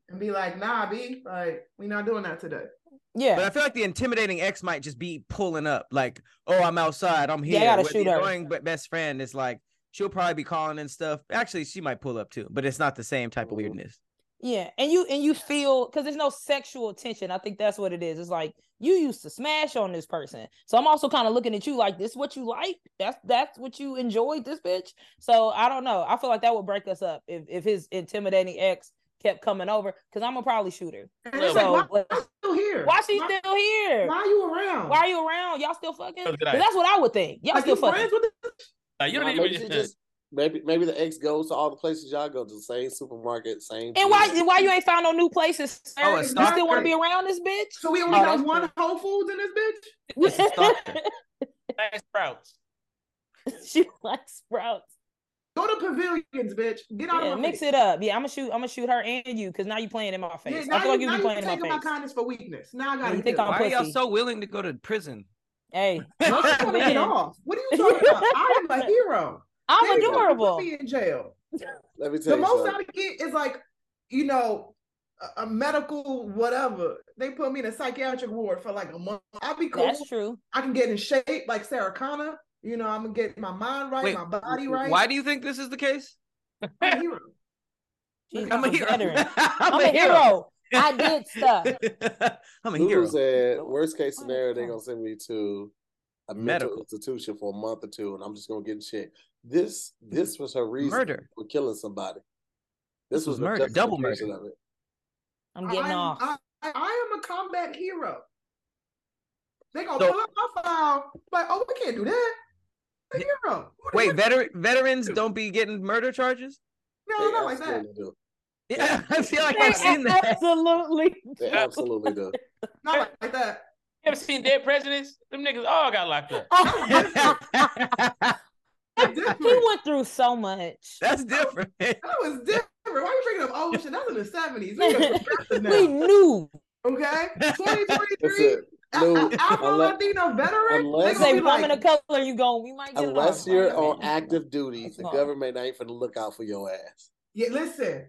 B: and be like, nah, B, like, we not doing that today.
E: Yeah.
F: but I feel like the intimidating ex might just be pulling up, like, "Oh, I'm outside, I'm
E: Yeah, I
F: here."
E: gotta
F: Where
E: shoot
F: the
E: her.
F: annoying be- best friend is like, she'll probably be calling and stuff. Actually, she might pull up too, but it's not the same type of weirdness.
E: Yeah, and you and you feel because there's no sexual tension. I think that's what it is. It's like you used to smash on this person, so I'm also kind of looking at you like this. What you like? That's that's what you enjoyed. This bitch. So I don't know. I feel like that would break us up if if his intimidating ex kept coming over because I'm gonna probably shoot her.
B: And it's
E: So
B: like, why
E: like,
B: you still here?
E: why she still here?
B: Why you around?
E: Why are you around? Y'all still fucking?
D: Look at
E: 'Cause
D: that.
E: That's what I would think. Y'all
B: like,
E: still
B: you
E: fucking?
B: friends with this?
D: Like, you don't
A: Nah,
D: even
A: maybe she just maybe maybe the ex goes to all the places y'all go to the same supermarket, same.
E: And why why you ain't found no new places? Sir?
F: Oh, a
E: you still want to
B: stalker.
E: be around this bitch?
B: So we only
E: Oh,
B: got
E: that's
B: one Whole Foods in this bitch?
F: It's a stalker.
D: like sprouts.
E: she likes sprouts.
B: Go to pavilions, bitch. Get out
E: Yeah,
B: of my
E: mix
B: face.
E: it up. Yeah, I'm gonna shoot. I'm gonna shoot her and you because now you playing in my face.
B: Yeah,
E: I
B: now
E: feel like you
B: now
E: be playing in my
B: taking my
E: face.
B: kindness for weakness. Now I got
E: You think
B: to
E: I'm-
F: Why are y'all
E: Oh, pussy.
F: so willing to go to prison?
E: Hey,
B: Russia's gonna get
E: Man.
B: off. What are you talking about? I am a hero.
E: I'm
B: They gonna put
E: adorable.
B: me in jail.
A: Let me tell you
B: The most
A: something.
B: I get is like, you know, a- a medical whatever. They put me in a psychiatric ward for like a month. I'll be cool.
E: That's true.
B: I can get in shape like Sarah Connor. You know, I'm gonna get my mind right,
F: Wait,
B: my body right.
F: Why do you think this is the case?
B: I'm a hero.
E: She's
F: I'm a hero.
E: veteran. I'm a hero. I did stuff.
F: I'm a
A: Lulu
F: hero.
A: said,
F: Lord.
A: worst case
E: Oh,
A: scenario, they're
E: God.
A: gonna send me to a mental
F: Medical.
A: institution for a month or two, and I'm just gonna get in shit. This this was her reason
F: Murder.
A: for killing somebody.
F: This was
A: the
F: murder, double
A: justification
F: murder.
A: Of it.
E: I'm getting
B: I'm-
E: off.
B: I, I, I am a combat hero. They gonna
F: So-
B: pull up my file, like, oh, we can't do that. I'm a hero. What-
F: Wait,
B: what-
F: veteran veterans don't be getting murder charges?
B: no,
A: They
B: not like that.
A: absolutely do.
F: Yeah, I feel like
E: They
F: I've seen that.
E: Absolutely.
A: They absolutely do.
B: Not like, like that.
D: You ever seen dead presidents? Them niggas all got locked up.
F: Oh,
B: That was different.
E: he went through so much.
F: That's different.
B: That was different. Why are you bringing up old shit? That was in the seventies. We are progressive
E: We
B: now.
E: knew.
B: Okay, twenty
A: That's
B: twenty-three.
A: it. Lou,
B: Afro
A: unless-
B: Latino veteran. They
A: unless-
B: gonna
E: Say
B: be
E: woman
B: like,
E: of color, you going we might get it
A: Unless
E: off.
A: you're on active duty,
E: That's
A: the
E: fine.
A: government ain't finna look out for your ass.
B: yeah, listen.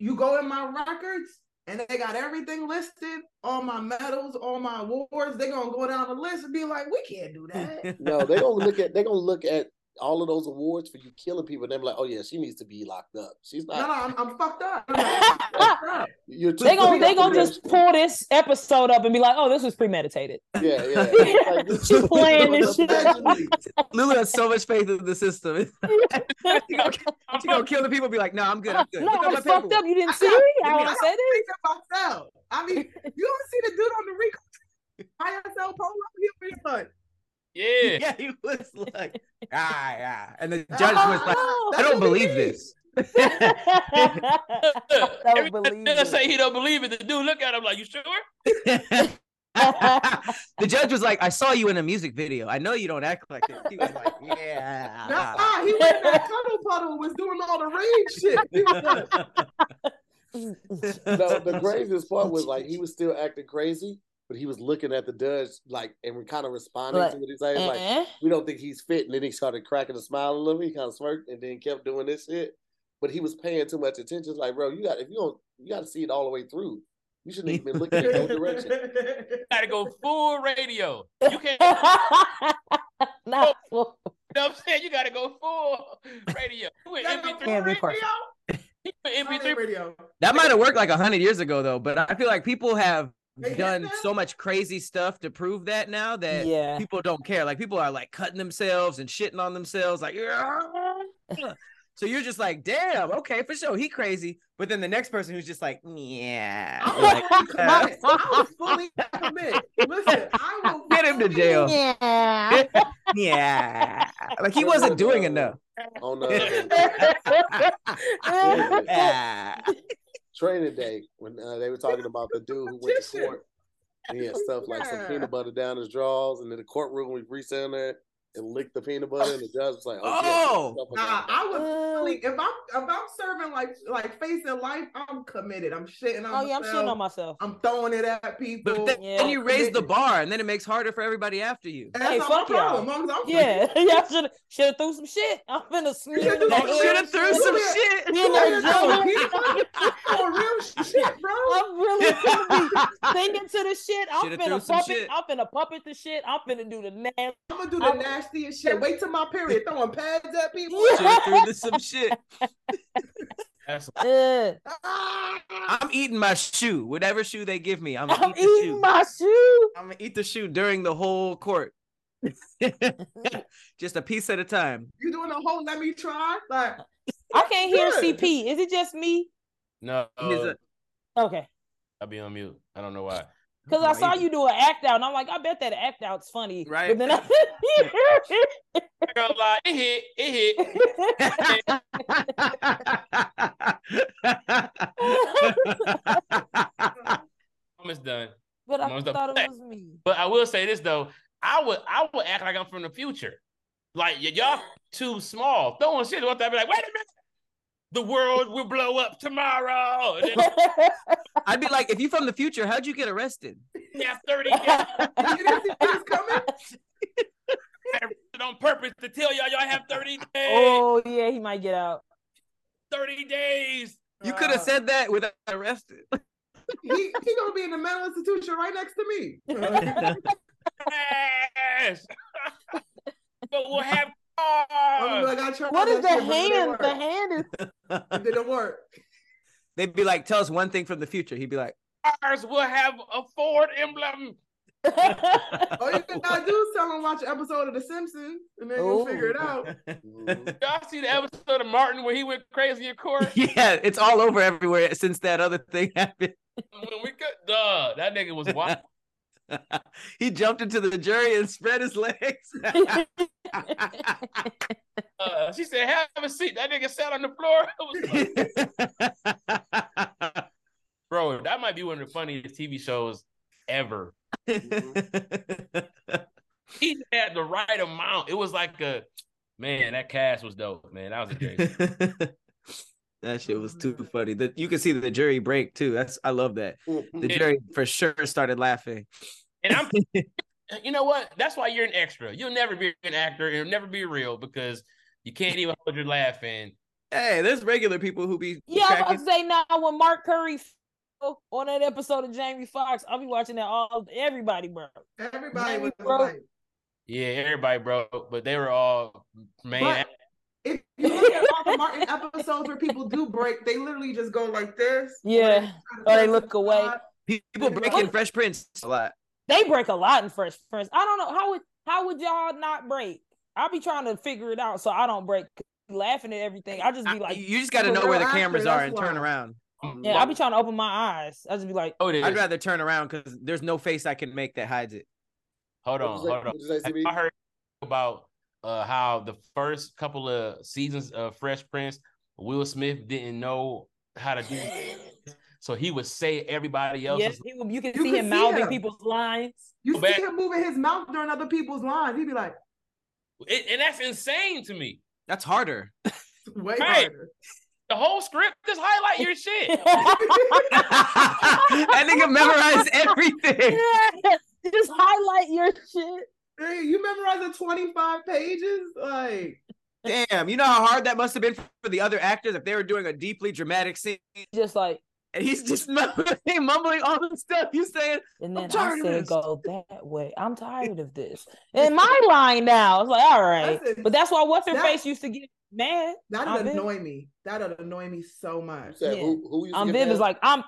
B: You go in my records, and they got everything listed. All my medals, all my awards. They gonna go down the list and be like, we can't do that.
A: No, they gonna look at they gonna look at all of those awards for you killing people. And they're like, oh yeah, she needs to be locked up. She's
B: no, no,
A: not.
B: I'm, I'm fucked up. I'm fucked up.
A: You're too
E: They gonna
A: fucked
E: they
A: up for
E: gonna just pull this episode up and be like, oh, this was premeditated.
A: this. yeah yeah. Like, this
E: She
A: is-
E: playing this shit.
B: Allegedly.
F: Lulu has so much faith in the system. she gonna, she gonna kill the people. and Be like, no, I'm good. I'm good.
E: No,
F: Look
E: I
F: at my
E: was fucked
F: paperwork.
E: up. You didn't
B: I
E: see
B: got-
E: me. I want
B: I
E: to say this.
B: Think of myself. I mean, you don't see the dude on the Rico ISL polo. He was like,
D: Yeah.
F: Yeah, he was like, ah, yeah. And the judge
B: Ah,
F: was like,
E: Oh.
F: I don't believe this.
E: I
D: Look,
E: don't
D: every
E: believe
D: nigga
E: it.
D: say he don't believe it. The dude look at him like, you sure?
F: the judge was like, I saw you in a music video. I know you don't act like this. He was like,
B: nah,
F: yeah.
B: he went in that cuddle puddle, was doing all the rain shit. He was like,
A: No, the craziest part was like he was still acting crazy, but he was looking at the judge like and kind of responding
E: Like,
A: to what he's saying. Like
E: Eh?
A: we don't think he's fit, and then he started cracking a smile a little. bit. He kind of smirked and then kept doing this shit. But he was paying too much attention. It's Like bro, you got if you don't you got to see it all the way through. You shouldn't even been looking in no direction.
D: Gotta go full radio. You can't
E: Not full.
D: You know what I'm saying? You gotta go full radio. You went
B: Gotta go
D: MP3
E: full
D: radio?
E: person.
D: You went MP3
B: radio.
F: That might have worked like hundred years ago though, but I feel like people have
B: They did
F: done
B: that?
F: so much crazy stuff to prove that now that
E: Yeah.
F: people don't care. Like people are like cutting themselves and shitting on themselves. Like, so you're just like, damn, okay, for sure, he crazy. But then the next person who's just like, yeah,
B: I will
F: like,
B: fully commit. I will fully commit. Listen, I will
F: get him to
B: fully-
F: jail.
E: Yeah.
F: Yeah, like he wasn't doing enough.
A: on uh,
F: Yeah.
A: training day when uh, they were talking about the dude who went to
B: Competition.
A: court. and He had stuff like some
B: Yeah.
A: peanut butter down his drawers, and in the courtroom we reached in there and licked the peanut butter, and the judge was like, "Oh,
F: Oh!
A: yeah,
B: Nah, I would fully.
E: oh
B: If I'm if I'm serving like like facing life, I'm committed. I'm shitting on.
E: Oh, yeah, I'm
B: myself.
E: shitting on myself.
B: I'm throwing it at people.
F: But then,
E: Yeah.
F: then you raise the bar, and then it makes harder for everybody after you.
B: And that's
E: Hey,
B: not
E: fuck
B: my
E: y'all.
B: problem. As long as I'm
E: Yeah, y'all should should have threw some shit. I'm finna smear.
B: should've threw some
F: Should have Oh, threw some
B: Yeah.
F: shit.
E: You know,
B: Oh,
E: Joe,
B: yeah. Oh, real shit, bro.
E: I'm really finna be singing to the shit. I'm
F: Shoulda Oh. threw
E: finna
F: some
E: puppet.
F: shit.
E: I'm finna puppet the shit. I'm finna do the nasty.
B: I'm gonna do the
E: I'm-
B: nastiest shit. Wait till my period. Throwing pads at people.
E: Yeah.
F: Should have threw this some shit.
D: That's
E: Ugh.
B: Ah!
F: I'm eating my shoe. Whatever shoe they give me, I'm,
E: I'm
F: gonna eat the shoe.
E: eating my shoe.
F: I'm gonna eat the shoe during the whole court. Just a piece at a time.
B: You doing the whole let me try? Like
E: I can't hear
B: Good.
E: CP. Is it just me?
D: no.
F: He's a-
E: Okay,
D: I'll be on mute. I don't know why.
E: because I saw
F: Right.
E: you do an act out, and I'm like, I bet that act out's funny.
F: Right.
E: But then I didn't hear it.
D: I ain't gonna lie, it hit. It hit. Almost done.
E: but I
D: Mom's the
E: thought it
D: best.
E: was me.
D: But I will say this though, I would I would act like I'm from the future. Like y- y'all too small. Throwing shit one time, be like, wait a minute, the world will blow up tomorrow. And then
F: I'd be like, if you from the future, how'd you get arrested?
D: we have thirty guys
B: you didn't see this coming?
D: on purpose to tell y'all y'all have thirty days.
E: oh yeah, he might get out.
D: Thirty days.
F: You could have said that without arrested.
B: he, he gonna be in the mental institution right next to me.
D: Yes. but we'll have
B: I'm
D: cars.
B: like, I tried
E: What is the
B: that shit, but it didn't
E: hand?
B: work.
E: The hand is
B: It didn't work.
F: They'd be like, tell us one thing from the future. He'd be like,
D: Cars will have a Ford emblem.
B: All you gotta do is tell him watch an episode of The Simpsons, and then you'll
E: Ooh.
B: figure it out.
F: "Oh,
A: Mhm.
D: Y'all see the episode of Martin where he went crazy in court?
F: yeah, it's all over everywhere since that other thing happened.
D: when we could, duh, that nigga was wild.
F: he jumped into the jury and spread his legs.
D: Uh, she said, "Have a seat." That nigga sat on the floor. I was like, Bro, that might be one of the funniest TV shows ever.
E: Mm-hmm.
D: He had the right amount. It was like a man. That cast was dope, man. That was a great.
F: that shit was
E: Mm-hmm.
F: too funny. That you can see the jury break too. That's I love that. The
D: Yeah.
F: jury for sure started laughing.
D: And I'm, you know what? That's why you're an extra. You'll never be an actor. It'll never be real because you can't even hold your laugh in.
F: Hey, there's regular people who be
E: Yeah, I was
F: cracking-
E: about to say now when Mark Curry fell on that episode of Jamie Foxx, I'll be watching that all everybody, bro.
B: Everybody
E: Maybe
B: was
E: broke.
B: like,
D: Yeah, everybody broke, but they were all main.
B: But-
D: act-
B: if you look at all the Martin episodes where people do break, they literally just go like this.
E: Yeah. Or they look away.
F: people breaking Fresh Prince a lot.
E: They break a lot in Fresh Prince. I don't know how would how would y'all not break? I'll be trying to figure it out so I don't break laughing at everything. I'll just be like,
F: you just got to
B: I'm a
F: know where the
B: real actor,
F: cameras are
B: that's
F: and turn
B: why.
F: around.
E: yeah, I'll be trying to open my eyes. I'll just be like,
D: Oh, it is.
F: I'd rather turn around because there's no face I can make that hides it.
D: Hold on,
A: What'd you say-
D: hold on.
A: what'd you say,
D: I-
A: CB?
D: I heard about uh, how the first couple of seasons of Fresh Prince, Will Smith didn't know how to do, so he would say everybody
E: yeah,
D: else's.
E: he, will- you can
B: You
E: see
B: can
E: him
B: see
E: mouthing
B: him.
E: people's lines.
B: You
D: Go
B: see
D: back.
B: him moving his mouth during other people's lines. He'd be like,
D: It- and that's insane to me.
F: That's harder.
B: way
D: Right.
B: harder.
D: The whole script just highlight your shit.
F: that nigga memorized everything.
E: just highlight your shit.
B: Hey, you memorizing 25 pages? Like,
F: Damn, you know how hard that must have been for the other actors if they were doing a deeply dramatic scene.
E: Just like
F: and he's just mumbling, mumbling all the stuff you saying.
E: And
F: I'm
E: then
F: tired
E: I
F: of
E: said,
F: this.
E: go that way. I'm tired of this. And my line now, it's like, all right.
B: Listen,
E: But that's why what's her
B: that-
E: face used to get mad.
B: That'll
E: I'm in.
B: annoy me. That'll annoy me so much.
A: You said
E: Yeah.
A: who? Who you?
E: Aunt Um, Viv is like, I'm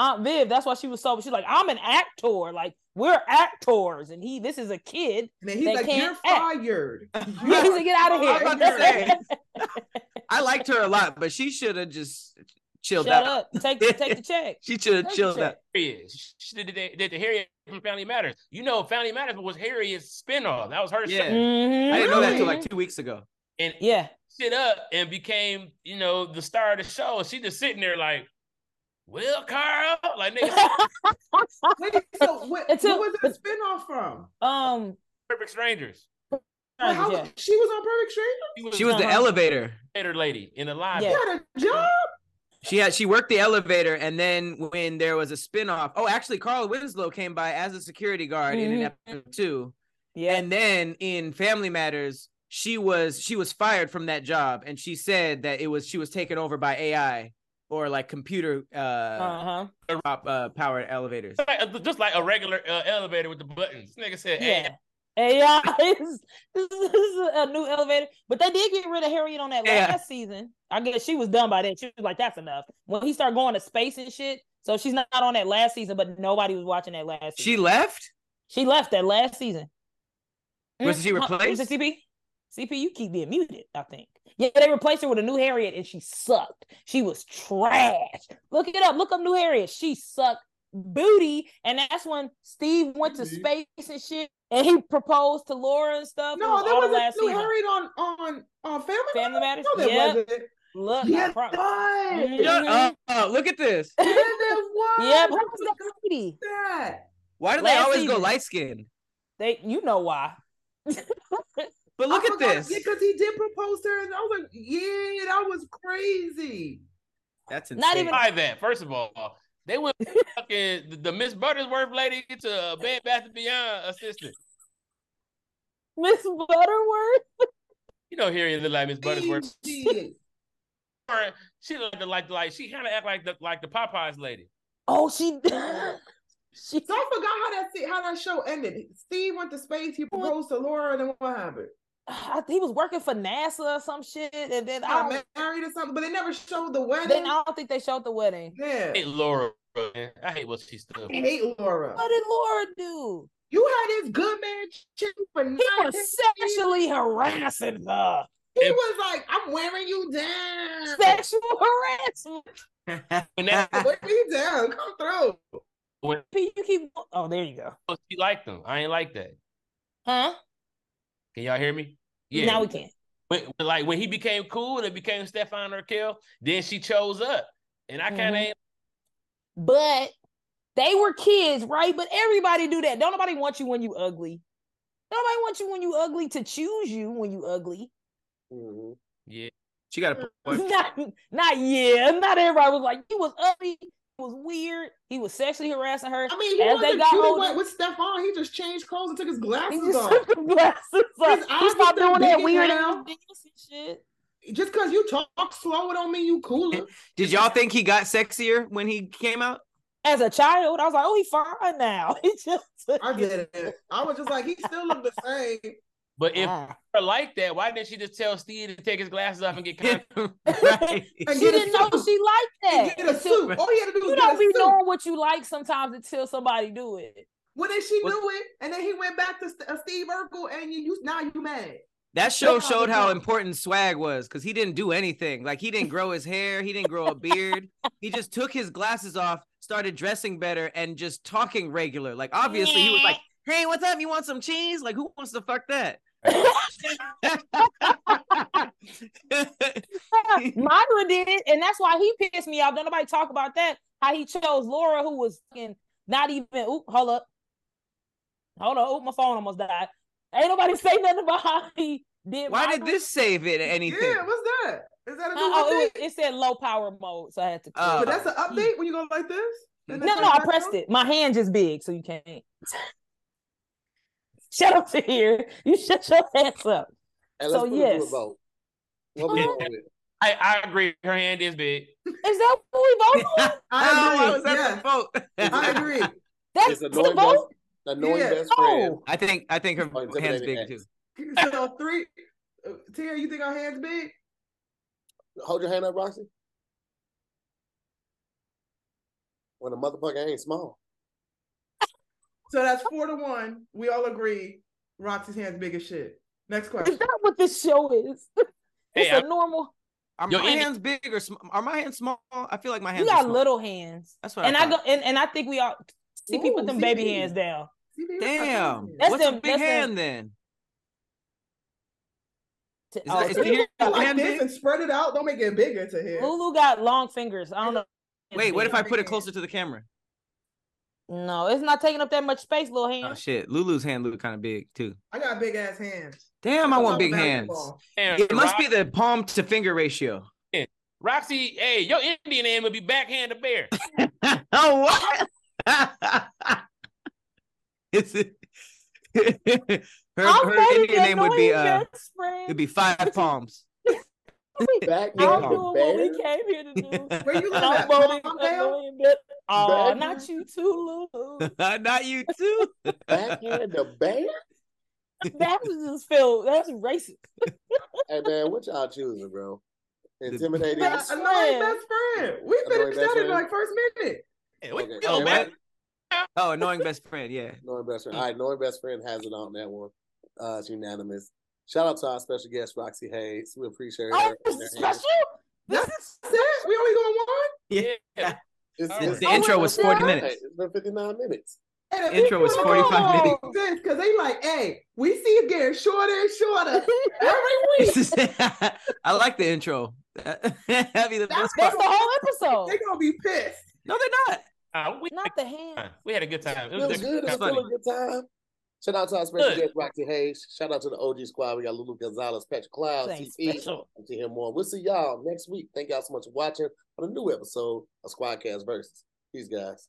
E: Aunt Viv. That's why she was so. She's like, I'm an actor. Like we're actors, and he. This is a kid.
B: And then he's
E: They
B: like, "You're
E: can't act."
B: fired."
E: He's like, get out of
F: I was Oh, about
E: here.
F: to say, I liked her a lot, but she should have just chilled
E: Shut
F: out.
E: up. Take take the check.
F: She should
E: Take
F: have
E: the
F: chilled
E: check.
F: out.
D: Harriet. She did the, did the Harriet from Family Matters. You know, Family Matters was Harriet's spinoff. That was her
F: Yeah.
D: show.
E: Mhm.
F: I didn't know that until
E: Mhm.
F: like two weeks ago.
D: And
E: Yeah.
D: shit up and became, you know, the star of the show. And she just sitting there like, well, Carl, like nigga,
B: Wait, so what,
E: It's a-
B: what was that spinoff from?
E: um.
D: perfect strangers.
B: Well, how-
E: yeah.
B: She was on Perfect Strangers.
F: She was the
E: Uh-huh.
F: elevator.
D: elevator lady in the live.
E: Yeah.
B: She had a job.
F: She had she worked the elevator, and then when there was a spinoff, oh, actually, Carl Winslow came by as a security guard in an
E: Mhm.
F: episode two,
E: Yeah.
F: and then in Family Matters, she was she was fired from that job, and she said that it was she was taken over by AI or like computer uh,
E: uh-huh.
F: prop, uh powered elevators.
D: Just like a, just like a regular uh, elevator with the buttons. Nigga said,
E: Yeah.
D: "Hey,
E: AI is, this is a new elevator, but they did get rid of Harriet on that
F: Yeah.
E: last season. I guess she was done by then. She was like, "That's enough." When he started going to space and shit, so she's not on that last season. But nobody was watching that last.
F: She
E: Season.
F: left.
E: She left that last season.
F: Was she
E: Mm, huh, who's
F: replaced?
E: the CP? CP, you keep being muted. I think. Yeah, they replaced her with a new Harriet, and she sucked. She was trash. Look it up. Look up new Harriet. She sucked booty, and that's when Steve went
B: Mm-hmm.
E: to space and shit, and he proposed to Laura and stuff. It
B: No,
E: was
B: there
E: all the
B: was
E: last
B: a new
E: season.
B: Harriet on on on Family.
E: Family Matters.
B: No, there
E: Yep.
B: wasn't.
E: Look,
B: Yes,
E: I promise. Mm-hmm.
B: was.
E: Mhm.
B: Yeah,
F: Shut up. Oh, look at this.
B: there was.
E: Yeah, but
B: What
E: who was
B: was
E: that lady?
B: that?
F: Why do they
E: Last
F: always go
E: season.
F: light skinned?
E: They, you know why?
F: But look at this.
B: because he did propose to her, and I was like, "Yeah, that was crazy."
F: That's insane.
E: Not even-
D: buy that." First of all, they went fucking the, the Miss Buttersworth lady to a Bed Bath and Beyond assistant.
E: Miss Butterworth.
D: You know, here look like Miss Buttersworth.
B: She did.
D: Or She looked like like she kind of act like the like the Popeyes lady.
E: Oh, she. she.
B: So I forgot how that se- how that show ended. Steve went to space. He proposed to Laura, and then what happened?
E: I- he was working for NASA or some shit, and then I
B: Got
E: don't,
B: married or something, but they never showed the wedding.
E: then I don't think they showed the wedding.
D: I
B: yeah,
D: hate Laura. Man. I hate what she stood.
B: I
D: for.
B: hate Laura.
E: What did Laura do?
B: You had this good man chick for nine.
E: He was sexually harassing her.
B: He was like, "I'm wearing you down,
E: Sexual harassment.
D: When that
B: wear me down, come through."
D: when
E: P, You keep. Oh, there you go.
D: she liked them, I ain't like that.
E: Huh?
D: Can y'all hear me? Yeah.
E: Now we can.
D: when, when, like when he became cool and it became Stefan Urkel, then she chose up. And I kind of
E: Mhm.
D: ain't
E: but they were kids, right? But everybody do that. Don't nobody want you when you ugly. Nobody wants you when you ugly to choose you when you ugly.
A: Mhm.
D: yeah.
F: She got
E: Mm.
F: a point.
E: Not, not yeah. Not everybody was like he was ugly. He was weird. He was sexually harassing her.
B: I mean, he
E: As they
B: wasn't
E: got
B: cute
E: older-
B: with, with Stefan. He just changed clothes and took his
E: He
B: glasses
E: just
B: off.
E: took the glasses off.
B: His
E: He
B: eyes
E: stopped
B: are still
E: doing that
B: big
E: weird
B: now.
E: ass dance and shit.
B: Just because you talk slow, it don't mean you cooler.
F: Did y'all think he got sexier when he came out?
E: As a child, I was like, oh, he fine now. He just took
B: I
E: his-
B: did it. I was just like, he still looked the same.
D: But if
E: Ah.
D: her like that, why didn't she just tell Steve to take his glasses off and get kind
F: Right.
B: And
E: she
B: get a
E: didn't know
B: suit.
E: she
B: He
E: liked that.
B: get a
E: until-
B: suit. All he had to do was
E: You
B: get
E: don't
B: a
E: be
B: suit.
E: knowing what you like sometimes until somebody do it.
B: Well, then she
F: Well-
B: knew it, and then he went back to St- uh, Steve Urkel, and you, you now you mad.
F: That show
B: That's how
F: showed
B: we
F: how
B: know.
F: important swag was because he didn't do anything. Like he didn't grow his hair, he didn't grow a beard. he just took his glasses off, started dressing better, and just talking regular. Like obviously he was like, "Hey, what's up? You want some cheese? Like who wants to fuck that?"
E: Myra did it, and that's why he pissed me off. Don't nobody talk about that. How he chose Laura, who was fucking not even. Oop, hold up, hold up. Oop, my phone almost died. Ain't nobody say nothing about how he did.
F: Why did
E: Myra.
F: this save it anything?
B: Yeah, what's that? Is that a
E: Uh,
B: new
E: oh,
B: update?
E: it, was- it said low power mode, so I had to. click.
F: Oh.
B: but that's an update when you go like this. Isn't
E: no,
B: that
E: no, I
B: your
E: pressed
B: background?
E: it. My hand just big, so you can't. Shut up to here. You shut your ass up.
A: And let's
E: So,
A: put it to a
E: yes.
A: vote. What we
E: Oh,
D: Yeah.
A: going with?
D: I, I agree. Her hand is big.
E: Is that what we vote on?
B: I
F: How Oh, was
B: agree.
F: that
B: Yeah,
F: the vote?
B: I agree.
E: That's
A: It's
E: the
A: annoying
E: vote?
A: best, annoying
B: Yeah.
A: best friend.
E: No.
F: I think I think her
A: Oh, intimidating
F: hand's big
A: acts.
F: too.
B: So three, uh, Tia, you think our hands big?
A: Hold your hand up, Roxy. When a motherfucker ain't small.
B: So that's four to one. We all agree. Roxy's hands big as shit. Next
E: Is
B: question.
E: that what this show is?
D: Hey,
E: It's
D: I-
E: a normal.
F: Are
D: Yo,
F: my
D: Andy-
F: hands big or sm- are my hands small? I feel like my hands
E: You
F: are
E: got
F: small.
E: little hands,
F: That's what
E: and
F: I,
E: I go and, and I think we all see people
B: Ooh,
E: put them
B: see
E: baby
B: me.
E: hands down.
B: See, baby, I got
F: Damn.
B: hands.
E: That's
F: What's a
E: them-
F: big
E: that's them-
F: hand then?
E: To-
F: Is that-
E: oh,
F: is
E: so
F: the ear
E: got
B: like
F: hand
B: this
F: big?
B: and spread it out. Don't make it bigger to here.
E: Lulu got long fingers. I don't know.
F: Wait, what if I put it
B: hand.
F: closer to the camera?
E: No, it's not taking up that much space, little
F: Oh
E: hand.
F: shit, Lulu's hand looked kind of big too.
B: I got big ass hands.
F: Damn, I want
B: love
F: big hands.
B: basketball.
D: And
F: It must
D: Rox-
F: be the palm to finger ratio.
D: Roxy. Hey, your Indian name would be backhand to bear.
F: oh what? Is it? her
E: I'm
F: her
E: voting
F: Indian name would be
E: annoying
F: uh,
E: best friend.
F: it'd be five palms.
A: Back
F: Big
E: I'm
F: dog.
E: doing what we
A: bear.
E: came here to do.
B: Where you
E: And
B: live
E: I'm
B: at?
E: voting
B: Palmdale?
E: annoying best. Oh,
A: Bad
E: not you too, Lulu.
F: Not you too.
A: Backhand to bear?
E: That was just feel that's racist.
A: Hey man, what y'all choosing, bro? Intimidating.
E: Best
B: I know
E: friend.
B: his best friend. We've been
A: Annoying best
B: excited
A: friend.
B: like first minute.
D: Yeah, what you
A: Okay.
D: doing,
A: Oh,
D: man?
F: oh, annoying best friend. Yeah.
A: Knowing best friend. All right, knowing best friend has it on that one. Uh, it's unanimous. Shout out to our special guest Roxy Hayes. We appreciate her.
E: Oh, this is special.
B: That's it. We only going one.
D: Yeah.
A: It's-
D: The-
A: it's-
F: the intro was 40
A: Hey,
F: minutes.
A: It's been 59 minutes.
B: And
F: Intro was 45 minutes.
B: because they like, hey, we see it getting shorter and shorter every week.
F: I like the intro. That'd be the best part.
E: That's the whole
B: They're
E: episode.
B: gonna be pissed.
F: No, they're not.
D: Uh, we,
E: Not the hand.
D: had a good time. we had a good time. It
A: It
D: was
A: was
D: a
A: good. It was
D: good time.
A: still a good time. Shout out to our special
D: Good.
A: guest Roxy Hayes. Shout out to the OG squad. We got Lulu Gonzalez, Patrick Cloud,
E: This ain't
A: TP.
E: special.
A: And to hear more, we'll see y'all next week. Thank y'all so much for watching on a new episode of Squadcast Versus. Peace, guys.